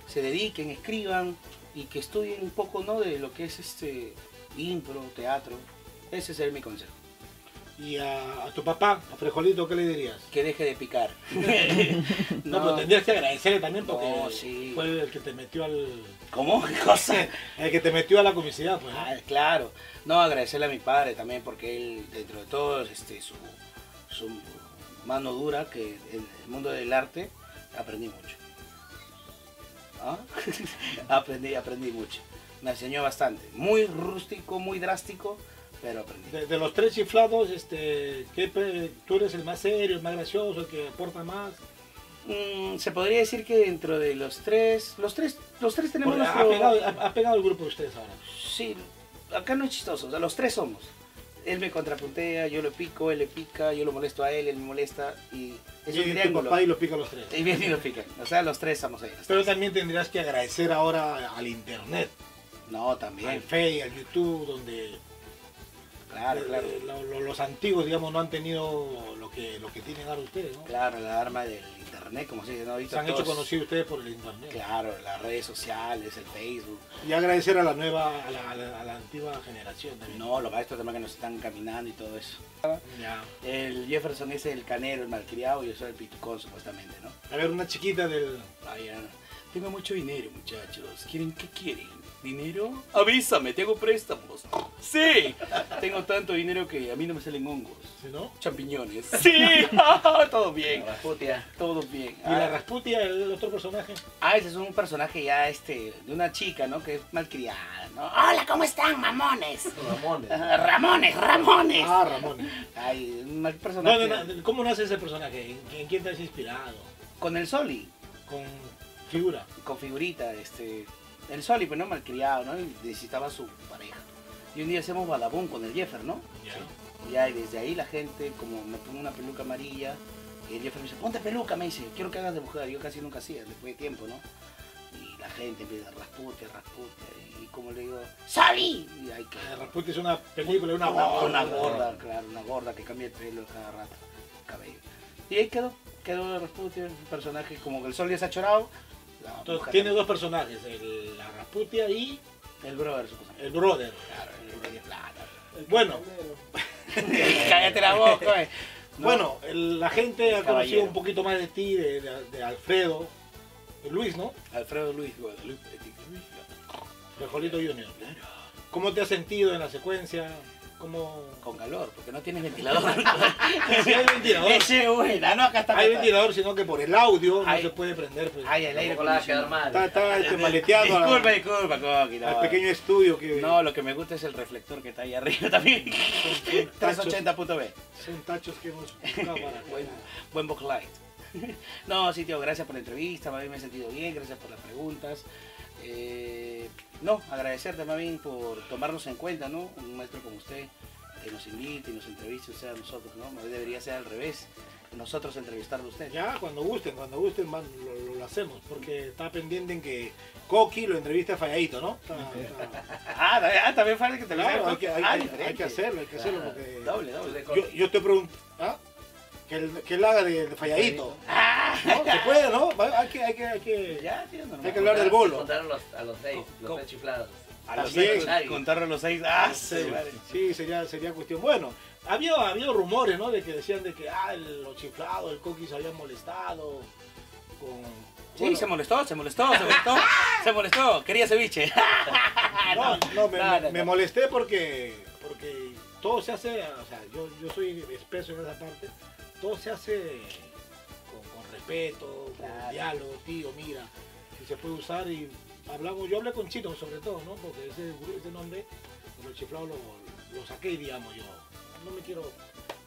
A: se dediquen, escriban y que estudien un poco, ¿no? De lo que es este impro, teatro. Ese sería mi consejo.
B: Y a, a tu papá, a Frejolito, ¿qué le dirías?
A: Que deje de picar. [laughs]
B: No, pero tendrías que agradecerle también porque
A: No, sí.
B: fue el que te metió al.
A: ¿Cómo? [laughs] ¿Qué cosa?
B: El que te metió a la comicidad, pues. ¿no?
A: Ah, claro. No, agradecerle a mi padre también porque él, dentro de todo, este, su, su mano dura, que en el mundo del arte, aprendí mucho. ¿Ah? [laughs] aprendí, aprendí mucho. Me enseñó bastante. Muy rústico, muy drástico, pero aprendí.
B: De, de los tres chiflados, este, ¿qué pe- tú eres el más serio, el más gracioso, el que aporta más.
A: Mm, se podría decir que dentro de los tres, los tres, los tres tenemos
B: Porque ha,
A: nuestro-
B: pegado, ha- ha pegado el grupo de ustedes ahora.
A: Sí, acá no es chistoso, o sea, los tres somos. Él me contrapuntea, yo lo pico, él le pica, yo lo molesto a él, él me molesta y es
B: Y
A: un
B: tu
A: triángulo.
B: papá y lo pica a los tres.
A: Y bien y lo pican. O sea, los tres estamos ahí.
B: Pero también tendrías que agradecer ahora al internet,
A: No,
B: al
A: también.
B: Face, al YouTube, donde
A: Claro,
B: eh,
A: claro.
B: lo- lo- los antiguos, digamos, no han tenido lo que, lo que tienen ahora ustedes, ¿no?
A: Claro, la arma del internet, como se dice, ¿no? Ahorita
B: Se han hecho
A: todos-
B: conocidos ustedes por el internet.
A: Claro, las redes sociales, el Facebook.
B: Y agradecer a la nueva, a la, a la- a la antigua generación también.
A: No, los maestros también que nos están caminando y todo eso.
B: Ya.
A: El Jefferson es el canero, el malcriado, y yo soy el pitucón, supuestamente, ¿no?
B: A ver, una chiquita del...
A: Ay, Ana, Tengo mucho dinero, muchachos. ¿Quieren qué quieren? ¿Dinero? Avísame, tengo préstamos. Sí. Tengo tanto dinero que a mí no me salen hongos.
B: ¿sí, ¿no?
A: Champiñones. [laughs] Sí. todo bien.
F: Putia.
A: Todo bien.
B: Y la
A: Ah,
B: Rasputia, el otro personaje.
A: ah, ese es un personaje ya este de una chica, ¿no? Que es malcriada, ¿no? Hola, ¿cómo están,
B: [laughs]
A: mamones?
F: Ramones.
A: Ramones, Ramones.
B: Ah, Ramón.
A: Ay, un mal
B: No,
A: personaje.
B: no, no, ¿Cómo nace ese personaje? ¿En, en quién te has inspirado?
A: Con el Soli.
B: Con Figura.
A: con figurita, este, el Soli, pues no malcriado, ¿no? Y necesitaba su pareja. Y un día hacemos balabón con el Jeffer, ¿no? Ya, y desde ahí la gente, como me pongo una peluca amarilla, y el Jeffer me dice, ponte peluca, me dice, quiero que hagas de mujer. Yo casi nunca hacía, después de tiempo, ¿no? Y la gente empieza, raspute, raspute, y como le digo,
D: ¡Salí!
A: y hay que...
B: De repente es una película, una,
A: Una gorda,
B: una
A: claro, una gorda que cambia el pelo cada rato, el cabello. Y ahí quedó, quedó de Rasputin, un personaje como que el sol ya se ha chorado. la
B: Entonces,
A: mujer
B: tiene dos personajes, el, la Rasputia y
A: El brother, supuestamente.
B: el brother. [laughs] Bueno,
A: Cállate la boca, eh. No,
B: bueno, el- la gente ha
A: Caballero.
B: conocido un poquito más de ti, de, de- de Alfredo, de Luis, ¿no?
A: Alfredo Luis Guadalupe.
B: Frijolito Junior. ¿Cómo te has sentido en la secuencia? ¿Cómo...
A: Con calor, porque no tienes ventilador.
B: [laughs] Sí, hay ventilador.
A: Ese buena, no, acá está.
B: Hay ventilador, sino que por el audio
A: Ay.
B: no se puede prender. pues.
A: Ay, el aire
F: Tampoco la va a quedar
A: acondicionado.
F: mal.
B: Está, está este, maleteado a-
A: Disculpa, disculpa, Coqui, no.
B: al pequeño estudio que
A: No, lo que me gusta es el reflector que está ahí arriba también. 380.b.
B: son tachos que hemos buscado para...
A: Buen, buen book light. [laughs] No, sí, tío, gracias por la entrevista, más bien me he sentido bien, gracias por las preguntas. Eh, no, agradecerte más bien por tomarnos en cuenta, ¿no? Un maestro como usted que nos invite y nos entreviste, o sea, nosotros, ¿no? Más bien Debería ser al revés, nosotros entrevistarlo a usted.
B: Ya, cuando gusten, cuando gusten van, lo, lo- lo hacemos, porque está pendiente en que Coqui lo entreviste a Falladito, ¿no? Está- está-
A: Ah, ta- ah, también fue el que te lo
B: claro,
A: hizo,
B: hay que, hay
A: Ah,
B: que-
A: diferente.
B: hay que hacerlo, hay que hacerlo,
A: Claro,
B: porque
A: Doble, doble.
B: yo, yo te pregunto, ¿ah? Que él, que él haga de, de Falladito. ¿No? Se puede, ¿no? Va- Hay que, hay que, hay que,
A: Ya, tío, normal.
B: hay que hablar del bolo.
F: Contaron los, a los seis, los
A: ¿Cómo?
F: seis chiflados.
A: A los
B: También.
A: seis, contaron los seis. Ah, sí, vale.
B: Sí, sería, sería cuestión. Bueno, había, había rumores, ¿no? De que decían de que, ah, el- los chiflados, el Coqui se había molestado con...
A: Sí,
B: bueno,
A: se molestó, se molestó, se molestó, se molestó, quería ceviche. [laughs]
B: No, no, me,
A: Ah, no,
B: me-
A: no,
B: me
A: no.
B: molesté porque, porque todo se hace, o sea, yo, yo soy espeso en esa parte, todo se hace con, con respeto,
A: Claro.
B: con diálogo, tío, mira, si se puede usar y hablamos, yo hablé con Chito sobre todo, ¿no? Porque ese, ese nombre, los chiflados lo, lo saqué, digamos yo, no me quiero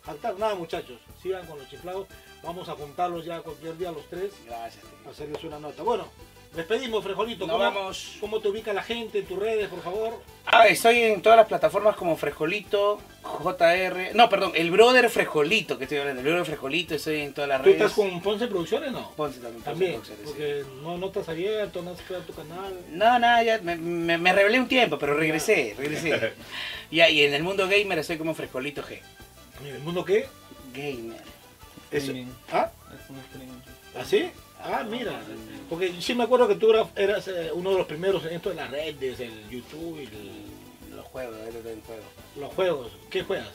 B: faltar nada muchachos, sigan con los chiflados, vamos a juntarlos ya cualquier día los tres,
A: Gracias,
B: hacerles una nota. Bueno, despedimos, Frejolito,
A: Nos
B: ¿cómo-
A: vamos.
B: ¿Cómo te ubica la gente en tus redes, por favor?
A: Ah, estoy en todas las plataformas como Frejolito, JR. No, perdón, el brother Frejolito, que estoy hablando, el brother Frejolito, estoy en todas las
B: ¿Tú
A: redes.
B: estás con Ponce Producciones no?
A: Ponce también. Ponce
B: También,
A: Boxer, sí.
B: porque no, no estás abierto, no has creado tu canal.
A: No, nada, ya me, me, me rebelé un tiempo, pero regresé,
B: [laughs]
A: regresé. ya, y en el mundo gamer estoy como Frejolito G.
B: ¿En el mundo qué?
A: Gamer.
B: Eso.
G: Streaming.
B: ¿Ah?
G: Es un streaming.
B: ¿Así? Ah, mira. Porque sí me acuerdo que tú eras- eras eh, uno de los primeros en esto de las redes, el YouTube y el-
A: Los juegos, el, el juego.
B: los juegos. ¿Qué juegas?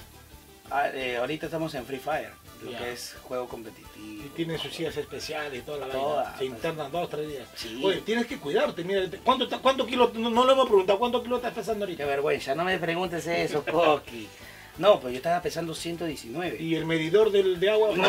A: Ah, eh, ahorita estamos en Free Fire, lo
B: Ya.
A: que es juego
B: Y
A: competitivo.
B: tienen sus sillas especiales y toda la
A: Todas,
B: vaina. Se
A: pues.
B: internan dos, tres días.
A: Sí.
B: Oye, tienes que cuidarte. Mira, te- ¿cuánto, ta- cuánto kilo? No, no lo hemos preguntado. ¿Cuánto kilo estás pesando
A: Qué
B: ahorita?
A: vergüenza, no me preguntes eso, Coqui. No, pues yo estaba pesando 119.
B: ¿Y el medidor del, de agua?
A: No,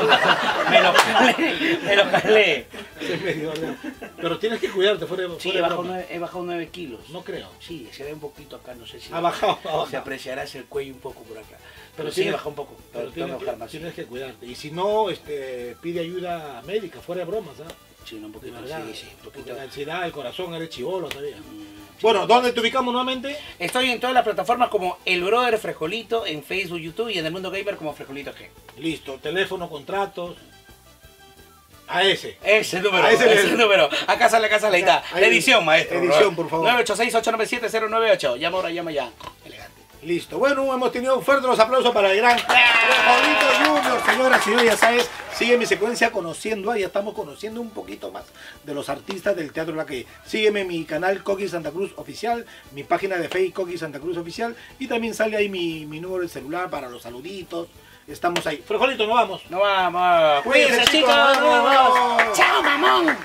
B: [laughs]
A: me lo calé, me lo calé.
B: Ese medidor de agua. Pero tienes que cuidarte fuera, de-
A: Sí,
B: fuera
A: he
B: de
A: bajado,
B: broma.
A: nueve, he bajado nueve kilos.
B: No creo.
A: Sí, se ve un poquito acá, no sé si...
B: Ha bajado, ha
A: Se
B: bajado.
A: apreciarás el cuello un poco por acá. Pero
B: Pero
A: sí,
B: tiene-
A: baja un poco, pero
B: Pero
A: tengo que
B: tienes,
A: bajar
B: que,
A: más.
B: tienes que cuidarte. Y si no, este, pide ayuda médica, fuera de bromas, ¿ah?
A: Sí, no, un
B: De
A: poquito,
B: verdad.
A: sí, sí, un
B: Porque
A: poquito.
B: la ansiedad, el corazón, eres chivolo todavía.
A: Mm,
B: Bueno, ¿dónde te ubicamos nuevamente?
A: Estoy en todas las plataformas como El Brother Frejolito, en Facebook, YouTube y en el mundo gamer como Frejolito G.
B: Listo, teléfono, contratos. A ese.
A: Ese número,
B: Ah, ese
A: ese,
B: es el-
A: número. Acá sale, acá sale, ahí está.
B: Ahí-
A: La edición, maestro.
B: edición, por favor.
A: 986-897-098. Llama ahora, llama ya. Elegante.
B: Listo. Bueno, hemos tenido fuertes los aplausos para el gran Juanito Junior. Señoras y señores, ya sabes, sigue mi secuencia conociendo. ah, Ya estamos conociendo un poquito más de los artistas del Teatro La Calle. Sígueme en mi canal Coqui Santa Cruz Oficial, mi página de Facebook Coqui Santa Cruz Oficial y también sale ahí mi, mi número de celular para los saluditos. Estamos ahí. Frejolito, nos vamos.
A: No vamos. Cuídense, chicos. Nos vemos.
D: ¡Chao, mamón!